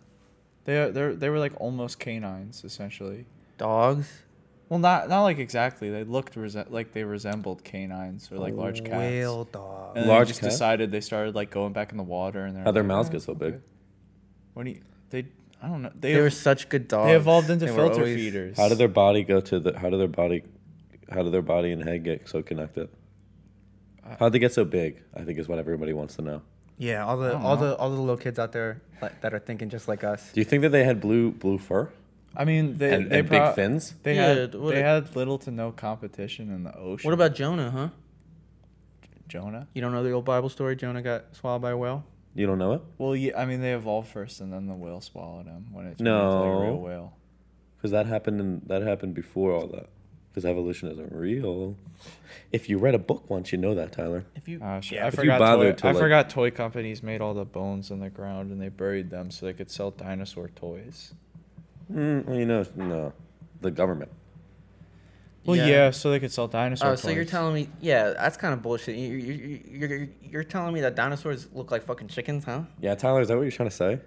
S3: they are. They they were like almost canines essentially.
S2: dogs?
S3: Well, not not like exactly. They looked rese- like they resembled canines or like large cats.
S4: Whale dog.
S3: And
S1: Large
S3: large they just
S1: cat?
S3: decided they started like going back in the water and they're
S1: How their
S3: like,
S1: mouths
S3: "Eh,
S1: get so big?
S3: What do you? They I don't know. They,
S2: They, were such good dogs.
S3: they evolved into
S2: They were
S3: filter
S2: always-
S3: feeders.
S1: How did their body go to the? How did their body? How did their body and head get so connected?
S3: Uh,
S1: How would they get so big? I think is what everybody wants to know.
S4: Yeah, all the all the all the little kids out there like, that are thinking just like us.
S1: Do you think that they had blue blue fur
S3: I mean, they
S1: and,
S3: they
S1: and
S3: pro-
S1: big fins?
S3: They
S2: Yeah,
S3: had
S2: what
S3: they
S2: a-
S3: had little to no competition in the ocean.
S2: What about Jonah, huh?
S3: Jonah?
S2: You don't know the old Bible story? Jonah got swallowed by a whale.
S1: You don't know it
S3: Well, yeah, I mean they evolved first, and then the whale swallowed him when it turned into
S1: No.
S3: a real whale.
S1: because that happened in, that happened before all that. Because evolution isn't real. If you read a book once, you know that, Tyler.
S2: If you
S3: Oh, shit.
S4: Yeah,
S3: I
S1: if you
S3: forgot. Toy,
S1: bothered to,
S3: I
S1: like-
S3: forgot. Toy companies made all the bones in the ground and they buried them so they could sell dinosaur toys.
S1: Mm, well, you know, no, the government.
S3: Well,
S2: Yeah.
S3: yeah, so they could sell dinosaur
S2: Oh,
S3: toys.
S2: so you're telling me, yeah, that's kind of bullshit. You, you, you, you're, you're telling me that dinosaurs look like fucking chickens, huh?
S1: Yeah, Tyler, is that what you're trying to say?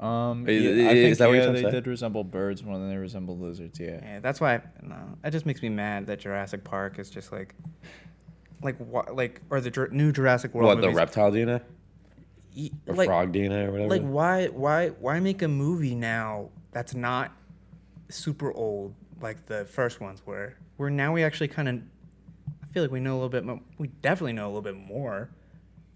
S3: Um,
S1: I- i-
S3: yeah, I
S1: is
S3: think
S1: that what you're
S3: yeah,
S1: trying to
S3: they
S1: say?
S3: did resemble birds more than they resemble lizards. Yeah.
S4: Yeah, that's why. I, no, that just makes me mad that Jurassic Park is just like, like what, like or the Jur- new Jurassic World.
S1: what the
S4: movies.
S1: reptile DNA
S2: Y-
S1: or
S2: like,
S1: frog DNA or whatever?
S4: Like why, why, why make a movie now that's not super old like the first ones were? Where now we actually kind of, I feel like we know a little bit more. We definitely know a little bit more.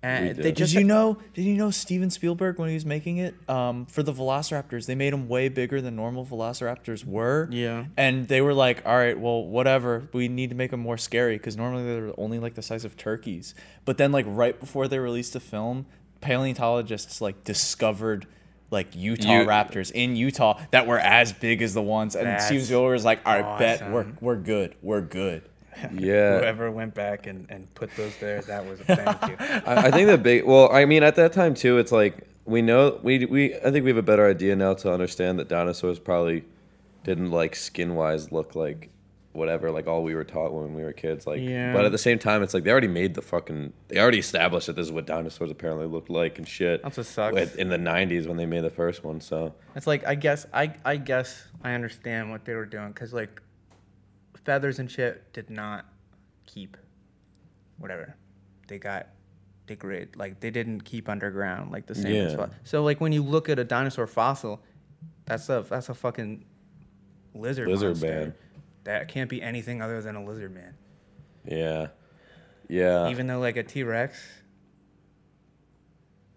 S1: We
S4: And
S1: do.
S4: they
S1: Did
S4: just
S3: know? Did you know Steven Spielberg when he was making it um, for the Velociraptors? They made them way bigger than normal Velociraptors were.
S2: Yeah.
S3: And they were like, "All right, well, whatever. We need to make them more scary because normally they're only like the size of turkeys." But then, like right before they released the film, paleontologists like discovered like Utah
S1: You-
S3: raptors in Utah that were as big as the ones, and Steven
S4: That's
S3: Spielberg was like, "All right, bet we're
S4: awesome.
S3: we're good. We're good."
S1: yeah,
S4: whoever went back and, and put those there, that was thank you.
S1: I, I think the big. Well, I mean, at that time too, it's like we know we we. I think we have a better idea now to understand that dinosaurs probably didn't like skin wise look like whatever like all we were taught when we were kids like
S2: Yeah.
S1: but at the same time it's like they already made the fucking they already established that this is what dinosaurs apparently looked like and shit
S2: That's what sucks.
S1: with- in the 90s when they made the first one so
S4: It's like I guess I I guess I understand what they were doing because like feathers and shit did not keep whatever they got degrade like they didn't keep underground like the same as
S1: Yeah.
S4: fo- so like when you look at a dinosaur fossil that's a that's a fucking lizard
S1: Lizard
S4: monster.
S1: man.
S4: that can't be anything other than a lizard man
S1: yeah yeah Uh.
S4: even though like a T Rex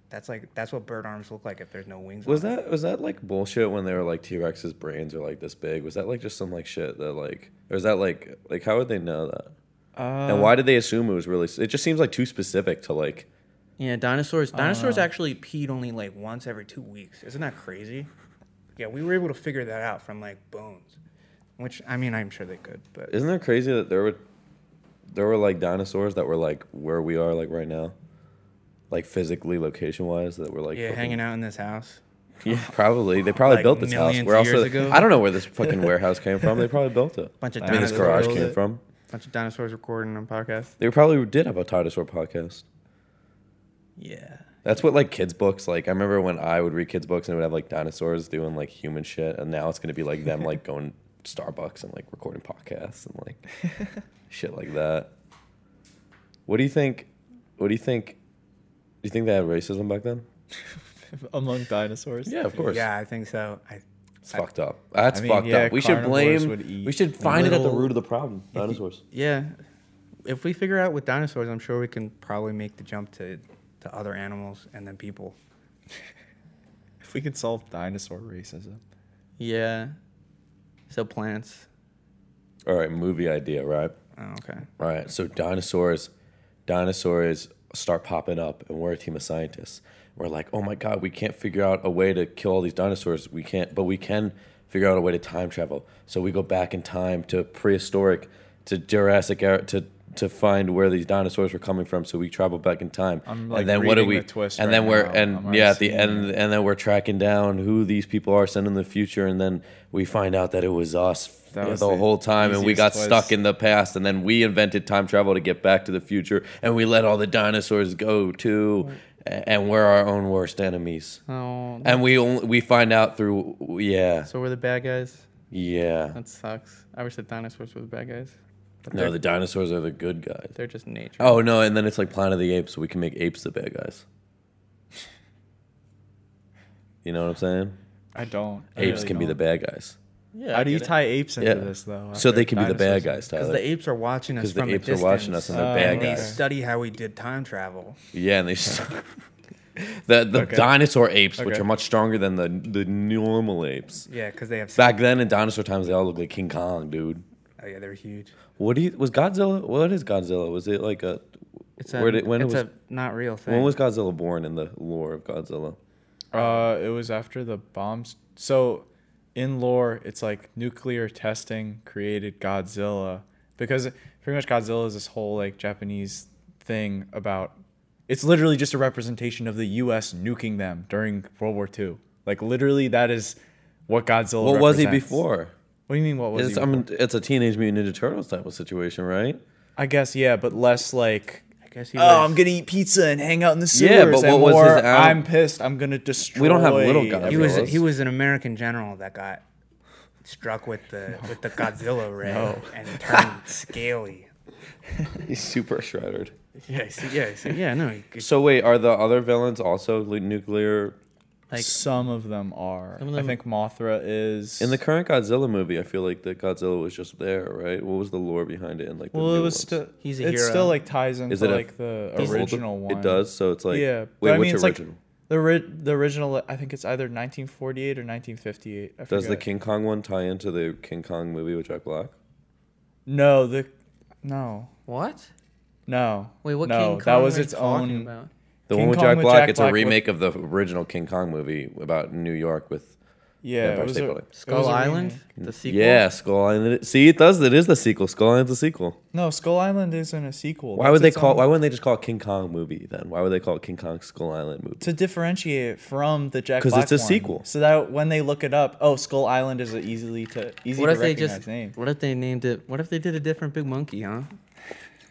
S4: That's like that's what bird arms look like if there's no wings.
S1: Was
S4: on them.
S1: that was that like bullshit when they were like T Rex's brains are like this big? Was that like just some like shit that like or is that like like how would they know that?
S4: Uh,
S1: and why did they assume it was really? It just seems like too specific to like.
S2: Yeah, dinosaurs. Dinosaurs actually
S4: peed only like once every two weeks? Isn't that crazy? Yeah, we were able to figure that out from like bones, which I mean I'm sure they could, but
S1: Isn't it crazy that there were there were like dinosaurs that were like where we are like right now, like physically location wise that were like
S4: yeah,
S1: fucking-
S4: hanging out in this house.
S1: Yeah, probably they probably
S4: Like
S1: built this house.
S4: millions
S1: Where else?
S4: of years
S1: did-
S4: ago?
S1: I don't know where this fucking warehouse came from. They probably built it.
S4: Bunch of
S1: I mean, this
S4: dinosaurs.
S1: garage
S2: built
S1: came
S2: it.
S1: from.
S2: bunch of dinosaurs recording on podcast.
S1: They probably did have a dinosaur podcast.
S2: Yeah.
S1: That's what like kids books like. I remember when I would read kids books and it would have like dinosaurs doing like human shit, and now it's gonna be like them like going to Starbucks and like recording podcasts and like shit like that. What do you think? What do you think? Do you think they had racism back then?
S3: among dinosaurs.
S1: Yeah, of course.
S4: Yeah, I think so. I
S1: it's fucked up. That's
S3: I mean,
S1: fucked
S3: yeah,
S1: up. We should
S3: carnivores
S1: blame.
S3: would eat
S1: We should find it at the
S3: little-
S1: root of the problem. Dinosaurs.
S2: Yeah. If we figure out with dinosaurs, I'm sure we can probably make the jump to
S4: to other animals and then people.
S3: If we could solve dinosaur racism,
S2: Yeah. So plants.
S1: All right, movie idea, right?
S2: Oh, okay.
S1: All right, so dinosaurs, dinosaurs start popping up, and we're a team of scientists. We're like, oh my god, we can't figure out a way to kill all these dinosaurs. We can't, but we can figure out a way to time travel. So we go back in time to prehistoric, to Jurassic era, to to find where these dinosaurs were coming from. So we travel back in time,
S3: I'm, like,
S1: and then what do
S3: reading
S1: we?
S3: the twist
S1: and
S3: right
S1: then we're
S3: now. I'm
S1: and
S3: already
S1: yeah, at the
S3: seeing
S1: end, and then we're tracking down who these people are sent in the future, and then we find out that it was us
S3: That
S1: yeah,
S3: was
S1: the,
S3: the
S1: whole time, and we got
S3: easiest twist.
S1: stuck in the past, and then we invented time travel to get back to the future, and we let all the dinosaurs go too, a- and we're our own worst enemies.
S2: Oh.
S1: And we only, we find out through yeah
S2: So we're the bad guys.
S1: yeah
S2: That sucks. I wish the dinosaurs were the bad guys. But
S1: no
S2: they're,
S1: the dinosaurs are the good guys.
S2: they're just nature.
S1: Oh no, and then it's like Planet of the Apes, so we can make apes the bad guys. You know what I'm saying?
S3: I don't. I
S1: Apes
S3: really
S1: can be the
S3: don't.
S1: bad guys,
S2: Yeah.
S3: How do you tie apes into
S1: Yeah.
S3: this though?
S1: so they
S3: after
S1: can be the bad
S3: dinosaurs?
S1: guys,
S4: Because
S1: Tyler.
S4: the apes are watching us
S1: Because the
S4: from
S1: apes
S4: a
S1: are
S4: distance.
S1: watching us, and they're
S3: Oh,
S1: bad
S4: and they
S1: guys.
S4: study how we did time travel.
S1: Yeah, and they just, the the dinosaur apes, which
S3: Okay.
S1: are much stronger than the the normal apes.
S4: Yeah, because they have.
S1: Back then in dinosaur times, they all looked like King Kong, dude.
S4: Oh yeah, they're huge.
S1: What do you was Godzilla? What is Godzilla? Was it like a?
S2: It's a,
S1: where did when
S2: it's
S1: was
S2: a not real thing.
S1: when was Godzilla born in the lore of Godzilla?
S3: Uh, it was after the bombs. So, in lore, it's like nuclear testing created Godzilla because pretty much Godzilla is this whole like Japanese thing about. It's literally just a representation of the U.S. nuking them during World War II. Like literally, that is what Godzilla.
S1: What was he
S3: represents.
S1: before?
S3: What do you mean? What was
S1: It's,
S3: he?
S1: I
S3: before?
S1: mean, it's a Teenage Mutant Ninja Turtles type of situation, right?
S3: I guess yeah, but less like.
S2: I guess he
S3: Oh,
S2: was-
S3: I'm gonna eat pizza and hang out in the sewers.
S1: Yeah, but
S3: and
S1: what was
S3: more,
S1: his out-
S3: I'm pissed. I'm gonna destroy.
S1: don't have little Godzilla.
S4: He
S1: Yeah,
S4: was
S1: well,
S4: he was an American general that got struck with the with the Godzilla ray and turned scaly.
S1: He's super shredded.
S4: Yeah, see, yeah, see, yeah. No, he-
S1: So wait, are the other villains also like nuclear?
S2: Like-
S3: some of them are.
S2: of
S3: I
S2: them-
S3: think Mothra is
S1: In the current Godzilla movie, I feel like the Godzilla was just there, right? What was the lore behind it? And like, the
S3: Well, it
S1: new
S3: was
S1: ones?
S3: still
S2: He's
S3: he's
S2: a
S3: it
S2: hero.
S3: still like ties into
S1: Is it a-
S3: like the
S1: He's older-
S3: original one.
S1: It does, so it's like
S3: yeah, but
S1: Wait,
S3: I
S1: which
S3: mean, it's
S1: original?
S3: like the ri- the original. I think it's either 1948 or 1958. I
S1: Does the
S3: forget.
S1: King Kong one tie into the King Kong movie with Jack Black?
S3: no the no
S2: what?
S3: no
S2: Wait, what
S3: no,
S2: King Kong?
S3: that was
S2: are you
S3: its
S2: talking
S3: own.
S2: About?
S1: The
S3: King
S1: one with
S3: Kong
S1: Jack
S3: with
S1: Black.
S3: Jack
S1: it's
S3: Black
S1: a
S3: with-
S1: remake of the original King Kong movie about New York with.
S3: Yeah,
S1: Vampire
S3: it was
S1: State
S3: a,
S1: Building.
S3: it was
S2: Skull
S3: a
S2: Island.
S3: remake.
S2: The sequel.
S1: Yeah, Skull Island. See, it does. It is the sequel. Skull Island's the sequel.
S3: No, Skull Island isn't a sequel.
S1: Why
S3: That's
S1: would they
S3: its
S1: call?
S3: own-
S1: Why wouldn't they just call it King Kong movie then? Why would they call it King Kong Skull Island movie?
S3: to differentiate it from the Jack
S1: 'Cause
S3: Black
S1: it's a
S3: one,
S1: sequel.
S3: So that when they look it up, oh, Skull Island is a easily to easy
S2: What
S3: to
S2: if they
S3: recognize
S2: just?
S3: name.
S2: What if they named it? What if they did a different big monkey? Huh?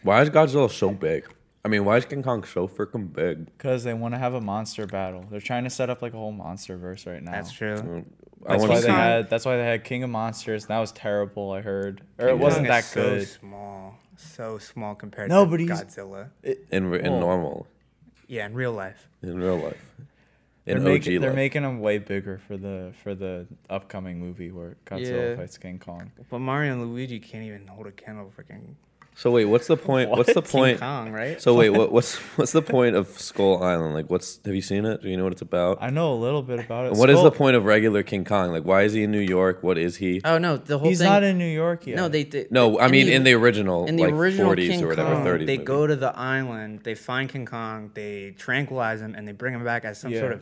S1: Why is Godzilla so big? I mean, why is King Kong so freaking big?
S3: Because they want to have a monster battle. They're trying to set up like a whole monster verse right now.
S4: that's true.
S1: I
S3: That's
S1: want
S3: why
S1: to
S3: they
S1: see.
S3: had. That's why they had King of Monsters. And that was terrible. I heard, or it
S1: King
S3: wasn't
S4: Kong
S3: that
S4: is
S3: good.
S4: So small, so small compared
S3: No,
S4: to
S3: but he's-
S4: Godzilla.
S1: in re- in
S3: Well,
S1: normal
S4: Yeah, in real life.
S1: in real life.
S3: They're,
S1: In OG
S3: making, they're
S1: life.
S3: making him way bigger for the for the upcoming movie where Godzilla
S2: Yeah.
S3: fights King Kong.
S4: But Mario and Luigi can't even hold a candle freaking
S1: So wait, what's the point? What's the
S2: King
S1: point?
S2: Kong, right?
S1: So wait, what, what's what's the point of Skull Island? Like, what's have you seen it? Do you know what it's about?
S3: I know a little bit about it.
S1: And what is
S3: Skull-
S1: the point of regular King Kong? Like, why is he in New York? What is he?
S2: Oh no, the whole
S3: He's
S2: thing.
S3: not in New York yet.
S2: No, they did.
S1: no, I mean in the original,
S2: in the
S1: like,
S2: original
S1: 40s
S2: King
S1: or whatever,
S3: Oh.
S2: Kong,
S1: 30s.
S2: they
S1: movie.
S2: go to the island, they find King Kong, they tranquilize him, and they bring him back as some
S3: Yeah.
S2: sort of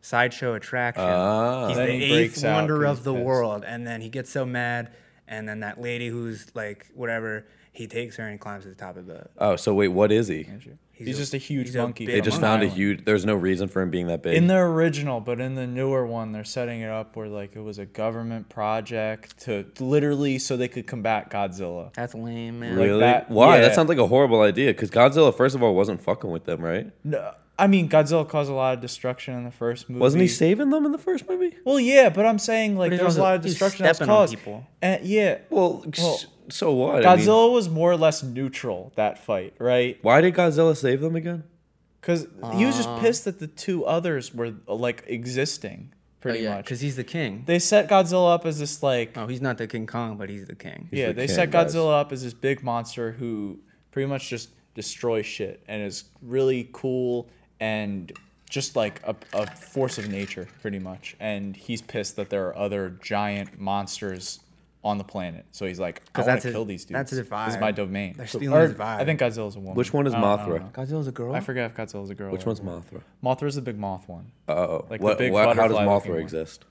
S2: sideshow attraction.
S1: Ah.
S2: he's
S3: Then
S2: the
S3: he
S2: eighth
S3: breaks out
S2: wonder
S3: 'cause
S2: of the
S3: he's pissed.
S2: world, and then he gets so mad, and then that lady who's like whatever, he takes her and climbs to the top of the.
S1: Oh, so wait, what is he?
S3: He's, just a huge
S2: he's a
S3: monkey.
S2: big
S1: They
S2: Yeah,
S1: just
S2: on
S1: found a
S3: huge.
S1: huge. There's no reason for him being that big.
S3: In the original, but in the newer one, they're setting it up where like it was a government project to literally so they could combat Godzilla.
S2: That's lame, man.
S1: really?
S3: that-
S1: Why? That
S3: yeah.
S1: sounds like a horrible idea. Because Godzilla, first of all, wasn't fucking with them, right?
S3: No, I mean Godzilla caused a lot of destruction in the first movie.
S1: Wasn't he saving them in the first movie?
S3: Well, yeah, but I'm saying like
S2: he's
S3: there was a
S2: also-
S3: lot of
S2: he's
S3: destruction that's
S2: stepping on
S3: caused.
S2: people.
S3: And yeah,
S1: Well, s-
S3: Well,
S1: so what? I mean,
S3: Godzilla was more or less neutral that fight, right?
S1: why did Godzilla save them again?
S3: Because he was
S2: Uh.
S3: just pissed that the two others were like existing pretty much.
S2: because Oh, he's the king.
S3: They set Godzilla up as this like
S2: Oh, he's not the King Kong, but he's the king.
S3: yeah,
S1: the
S3: they
S1: king,
S3: set
S1: guys.
S3: Godzilla up as this big monster who pretty much just destroys shit and is really cool and just like a, a force of nature, pretty much. And he's pissed that there are other giant monsters on the planet, so he's like, "I
S2: 'Cause
S3: want
S2: that's
S3: to
S2: his-
S3: kill these dudes.
S2: that's his
S3: This
S2: vibe.
S3: is my domain."
S2: They're stealing
S3: or,
S2: his vibe.
S3: I think Godzilla's a woman.
S1: Which one is
S3: I don't- I don't
S1: Mothra?
S3: know.
S2: Godzilla's a girl.
S3: I forget if Godzilla's a girl.
S1: Which
S3: or
S1: one's
S3: a woman.
S1: Mothra?
S3: Mothra's the big moth one.
S1: Oh,
S3: Like the
S1: what,
S3: big
S1: what, how does
S3: butterfly looking
S1: Mothra
S3: one.
S1: exist?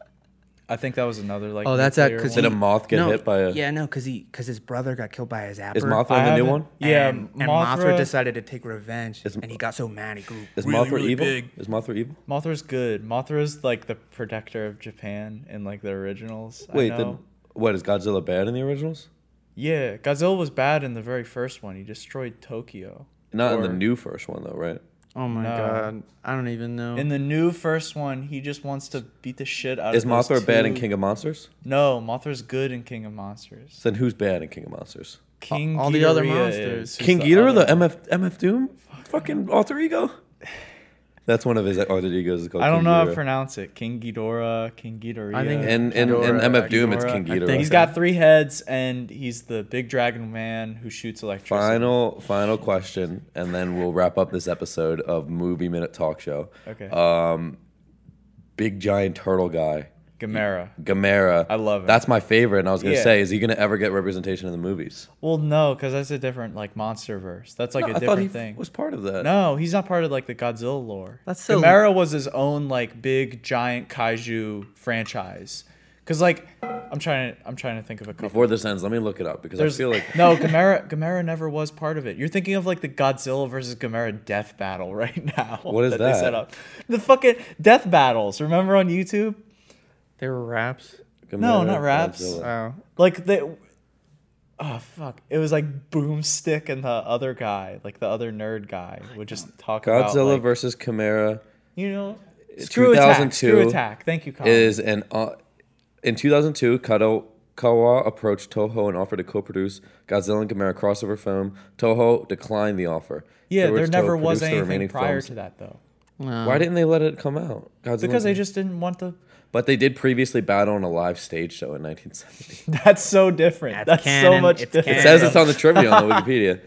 S3: I think that was another like.
S2: Oh, that's that.
S3: nuclear
S2: Because
S1: Did
S3: one.
S1: a moth get
S2: no,
S1: hit by a?
S2: Yeah, no, because he because his brother got killed by his apple.
S1: Is Mothra in the
S3: I
S1: new
S3: haven't-
S1: one?
S3: Yeah,
S2: and, and Mothra,
S3: Mothra-
S2: decided to take revenge,
S1: Is-
S2: and he got so mad he grew
S1: Is
S2: really,
S1: Mothra
S2: really
S1: evil?
S2: big.
S1: Is Mothra evil?
S3: Mothra's good. Mothra's like the protector of Japan in like the originals.
S1: Wait,
S3: I know.
S1: then what is Godzilla bad in the originals?
S3: yeah, Godzilla was bad in the very first one. He destroyed Tokyo.
S1: Not in the
S3: Or-
S1: new first one though, right?
S2: Oh my
S3: No.
S2: god, I don't even
S1: Uh-huh.
S2: know.
S3: In the new first one, he just wants to beat the shit out
S1: Is
S3: of. those
S1: Mothra bad in
S3: two-
S1: King of Monsters?
S3: No, Mothra's good in King of Monsters.
S1: Then who's bad in King of Monsters?
S3: King
S2: all the other
S3: Ghidorah
S2: monsters.
S3: is- is
S1: King Ghidorah, the
S3: other-
S1: MF MF Doom, fucking alter ego. That's one of his alter egos. Is called
S3: I don't
S1: King
S3: know how to
S1: Ghidorah.
S3: pronounce it. King Ghidorah, King Ghidorah.
S2: I think-
S1: And and and
S2: Ghidorah,
S1: MF Doom, it's
S3: Ghidorah.
S1: King
S3: I
S1: Ghidorah.
S2: think
S3: He's got three heads, and he's the big dragon man who shoots electricity.
S1: Final final question, and then we'll wrap up this episode of Movie Minute Talk Show. Um,
S3: Okay.
S1: Uh, Big giant turtle guy,
S3: Gamera.
S1: Gamera.
S3: I love him.
S1: That's my favorite, and I was gonna
S3: Yeah.
S1: say, is he gonna ever get representation in the movies?
S3: Well, no, because that's a different like monster verse. That's like
S1: No,
S3: a
S1: I thought he
S3: different thing.
S1: was part of that.
S3: No, he's not part of like the Godzilla lore.
S2: That's so-
S3: Gamera was his own like big giant kaiju franchise. Cause like I'm trying to I'm trying to think of a couple.
S1: Before this ends, let me look it up because I feel like
S3: no Gamera Gamera never was part of it. You're thinking of like the Godzilla versus Gamera death battle right now.
S1: What is
S3: They set
S1: that?
S3: up the fucking death battles. Remember on YouTube?
S2: they were raps.
S3: No,
S1: Gamera,
S3: not raps.
S1: Godzilla.
S2: Oh,
S3: Like they. Oh fuck! It was like Boomstick and the other guy, like the other nerd guy, would just talk about
S1: Godzilla
S3: like,
S1: versus Chimera
S3: you know, screw attack, screw
S1: 2002
S3: attack. Thank you, Colin.
S1: is an uh, in 2002 Kado Kawa approached Toho and offered to co-produce Godzilla and Gamera crossover film. Toho declined the offer.
S3: yeah, there
S1: Afterwards, Toho
S3: never was
S1: produced the
S3: anything
S1: remaining
S3: prior
S1: films.
S3: to that though,
S1: Why didn't they let it come out? Godzilla
S3: because they just didn't want the.
S1: But they did previously battle on a live stage show in 1970.
S3: That's so different.
S4: That's
S3: That's, so
S4: canon.
S3: much
S4: It's
S3: different.
S1: It
S4: canon.
S1: says it's on the trivia on the Wikipedia.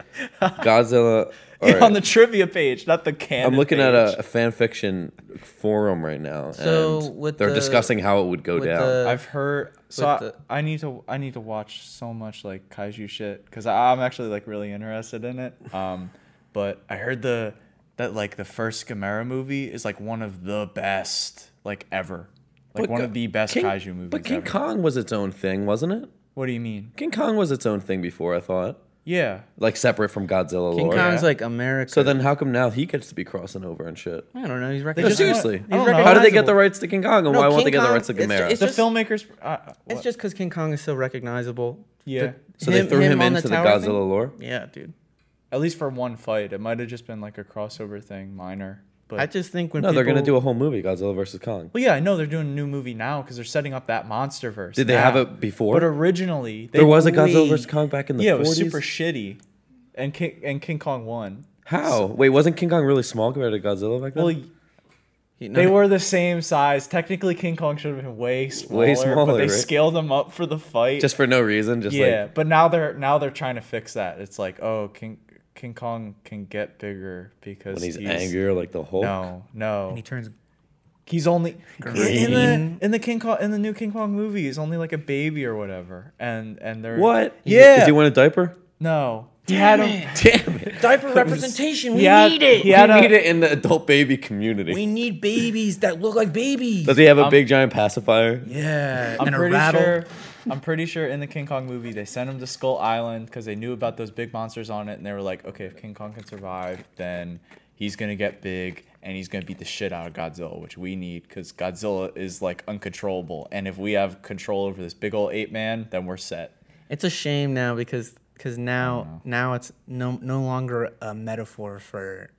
S1: Godzilla. all right.
S3: on the trivia page, not the canon.
S1: I'm looking
S3: page.
S1: at a, a fan fiction forum right now,
S2: So,
S1: and
S2: with
S1: they're
S2: the-
S1: discussing how it would go
S2: with
S1: down.
S2: the-
S3: I've heard so I,
S2: With the-
S3: I need to I need to watch so much like kaiju shit because I'm actually like really interested in it. Um, but I heard the that like the first Gamera movie is like one of the best like ever, like
S1: But
S3: one
S1: Go-
S3: of the best
S1: King-
S3: kaiju movies.
S1: But King
S3: ever.
S1: Kong was its own thing, wasn't it?
S3: What do you mean?
S1: King Kong was its own thing before, I thought.
S3: Yeah,
S1: Like separate from Godzilla
S2: King
S1: lore.
S2: Kong's like America.
S1: So then how come now he gets to be crossing over and shit?
S2: I don't know. He's
S1: No,
S2: recognized.
S3: just want-
S1: seriously.
S3: I don't
S1: How did they get
S2: recognizable.
S1: the rights to King Kong and
S2: No,
S1: why won't they
S2: King
S1: get the
S2: Kong-
S1: rights to
S2: it's-
S1: Gamera?
S2: it's
S3: the
S2: just-
S3: filmmakers. Uh,
S2: It's just because King Kong is so recognizable.
S3: Yeah.
S1: so they threw him,
S2: on
S1: into the,
S2: tower
S1: Godzilla
S2: thing?
S1: lore?
S2: Yeah, dude.
S3: at least for one fight, it might have just been like a crossover thing, minor. But
S2: I just think when
S1: No,
S2: people,
S1: they're going to do a whole movie, Godzilla versus Kong.
S3: Well, yeah, I know they're doing a new movie now because they're setting up that monster verse.
S1: Did they have it before?
S3: But originally, they
S1: there was a Godzilla
S3: way-
S1: versus Kong back in the
S3: yeah,
S1: 40s?
S3: it was super shitty, and King and King Kong won.
S1: How? Wait, wasn't King Kong really small compared to Godzilla back then?
S3: Well,
S2: He, no,
S3: They
S2: he-
S3: were the same size. Technically, King Kong should have been way smaller,
S1: Way
S3: but
S1: smaller,
S3: they
S1: right?
S3: scaled them up for the fight.
S1: Just for no reason, just
S3: yeah,
S1: like
S3: but now they're now they're trying to fix that. It's like, oh, King King Kong can get bigger because
S1: when he's, angrier, like the Hulk.
S3: No, no,
S4: And he turns
S3: he's only in the in the King Kong in the new King Kong movie. He's only like a baby or whatever, and and they're
S1: What? Is he-
S3: Yeah,
S1: Is he wearing a diaper?
S3: no. He had him.
S1: Damn it.
S4: diaper representation.
S3: He had, need it. He
S1: We
S3: had a,
S1: need it in the adult baby community.
S4: need babies that look like babies.
S1: Does he have a
S3: Um,
S1: big giant pacifier?
S4: Yeah,
S3: I'm
S4: and a
S3: pretty
S4: rattle.
S3: sure. I'm pretty sure in the King Kong movie they sent him to Skull Island because they knew about those big monsters on it, and they were like, okay, if King Kong can survive, then he's gonna get big and he's gonna beat the shit out of Godzilla, which we need because Godzilla is like uncontrollable, and if we have control over this big old ape man, then we're set.
S2: it's a shame now because because now now it's
S4: No, no longer a metaphor for.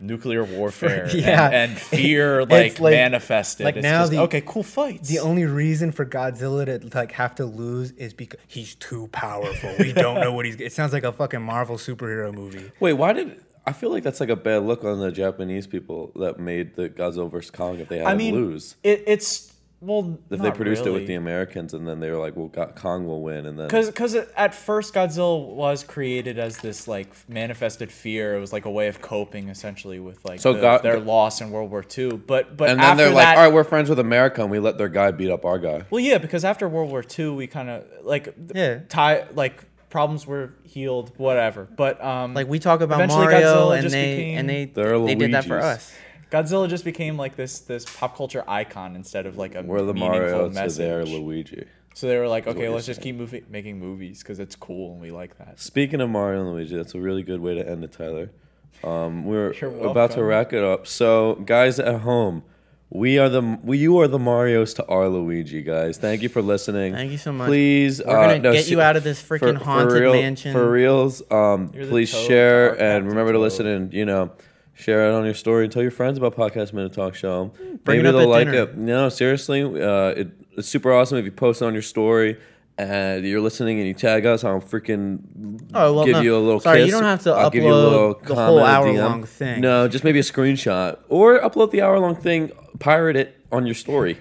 S3: Nuclear warfare,
S4: Yeah.
S3: and, and fear like,
S4: like-
S3: manifested.
S4: like
S3: It's
S4: now
S3: just,
S4: the-
S3: okay, cool fights.
S4: The only reason for Godzilla to like have to lose is because he's too powerful. We don't know what he's. It sounds like a fucking Marvel superhero movie.
S1: Wait, why did I feel like that's like a bad look on the Japanese people that made the Godzilla vs Kong if they had
S3: I
S1: him
S3: mean,
S1: lose?
S3: it, it's well,
S1: If they
S3: not
S1: produced it
S3: really.
S1: with the Americans and then they were like, "Well, Go- Kong will win," and then
S3: Because because at first Godzilla was created as this like manifested fear. It was like a way of coping essentially with like
S1: So
S3: the-
S1: Go-
S3: their loss in World War II. But but
S1: and then
S3: after
S1: they're like,
S3: that,
S1: "All right, we're friends with America, and we let their guy beat up our guy."
S3: well, yeah, because after World War II, we kind of like
S2: Yeah.
S3: tie like problems were healed, whatever. But um,
S2: like we talk about
S3: eventually
S2: Mario
S3: Godzilla
S2: and
S3: just
S2: they and they
S3: became-
S1: They're
S2: they did that for
S1: Luigi's.
S2: us.
S3: Godzilla just became like this this pop culture icon instead of like a
S1: We're the
S3: meaningful
S1: Mario to
S3: message.
S1: their Luigi.
S3: so they were like, okay,
S1: you're
S3: let's just keep moving, making movies because it's cool and we like that.
S1: Speaking of Mario and Luigi, that's a really good way to end it, Tyler. Um, we're
S3: You're
S1: about to
S3: welcome.
S1: wrap it up. So, guys at home, we are the we, you are the Mario's to our Luigi, guys. Thank you for listening.
S2: Thank you so much.
S1: Please, uh,
S2: We're gonna get you out of this freaking haunted
S1: real-
S2: mansion.
S1: For reals, um,
S3: You're the
S1: please
S3: toad,
S1: share
S3: dark
S1: and
S3: haunted
S1: remember to
S3: toad.
S1: listen and you know share it on your story and tell your friends about Podcast Minute Talk Show.
S2: Mm, Bring it
S1: Maybe
S2: up
S1: they'll
S2: at
S1: like
S2: dinner.
S1: it. No, seriously, uh, it, it's super awesome if you post it on your story. And you're listening and you tag us, I'll freaking
S2: Oh, well,
S1: give
S2: no.
S1: you a little
S2: Sorry, you
S1: kiss.
S2: don't have to
S1: I'll give you a
S2: upload
S1: little
S2: the whole
S1: comment, a
S2: hour-long
S1: DM.
S2: thing.
S1: No, just maybe a screenshot or upload the hour long thing, pirate it on your story.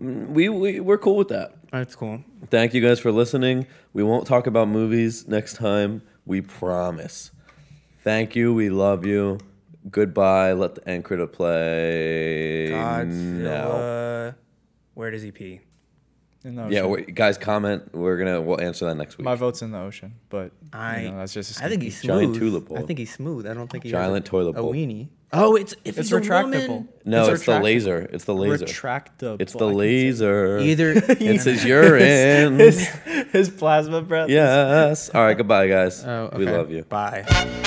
S1: Mm, we, we we're cool with that.
S2: That's cool.
S1: Thank you guys for listening. We won't talk about movies next time. We promise. Thank you. We love you. Goodbye. Let the end credit play. now.
S4: Godzilla. Where does he pee?
S3: In the
S1: Yeah,
S3: ocean.
S1: wait, guys, comment. We're gonna we'll answer that next week.
S3: my vote's in the ocean, but
S4: I-
S3: you know, that's just
S2: I think he's smooth.
S1: Giant tulip
S2: I
S1: bulb.
S2: think he's smooth. I don't think he's
S1: Giant toilet
S2: a
S1: bowl.
S2: weenie.
S4: Oh, it's if
S3: It's
S4: he's a
S3: retractable.
S4: woman.
S1: no,
S3: it's
S1: it's, the
S3: retractable.
S1: laser. It's the laser.
S3: retractable.
S1: it's the laser.
S2: Either
S1: It's his urine.
S3: His plasma breath.
S1: yes. All right. Goodbye, guys.
S2: Oh,
S1: We
S2: okay.
S1: love you.
S4: Bye.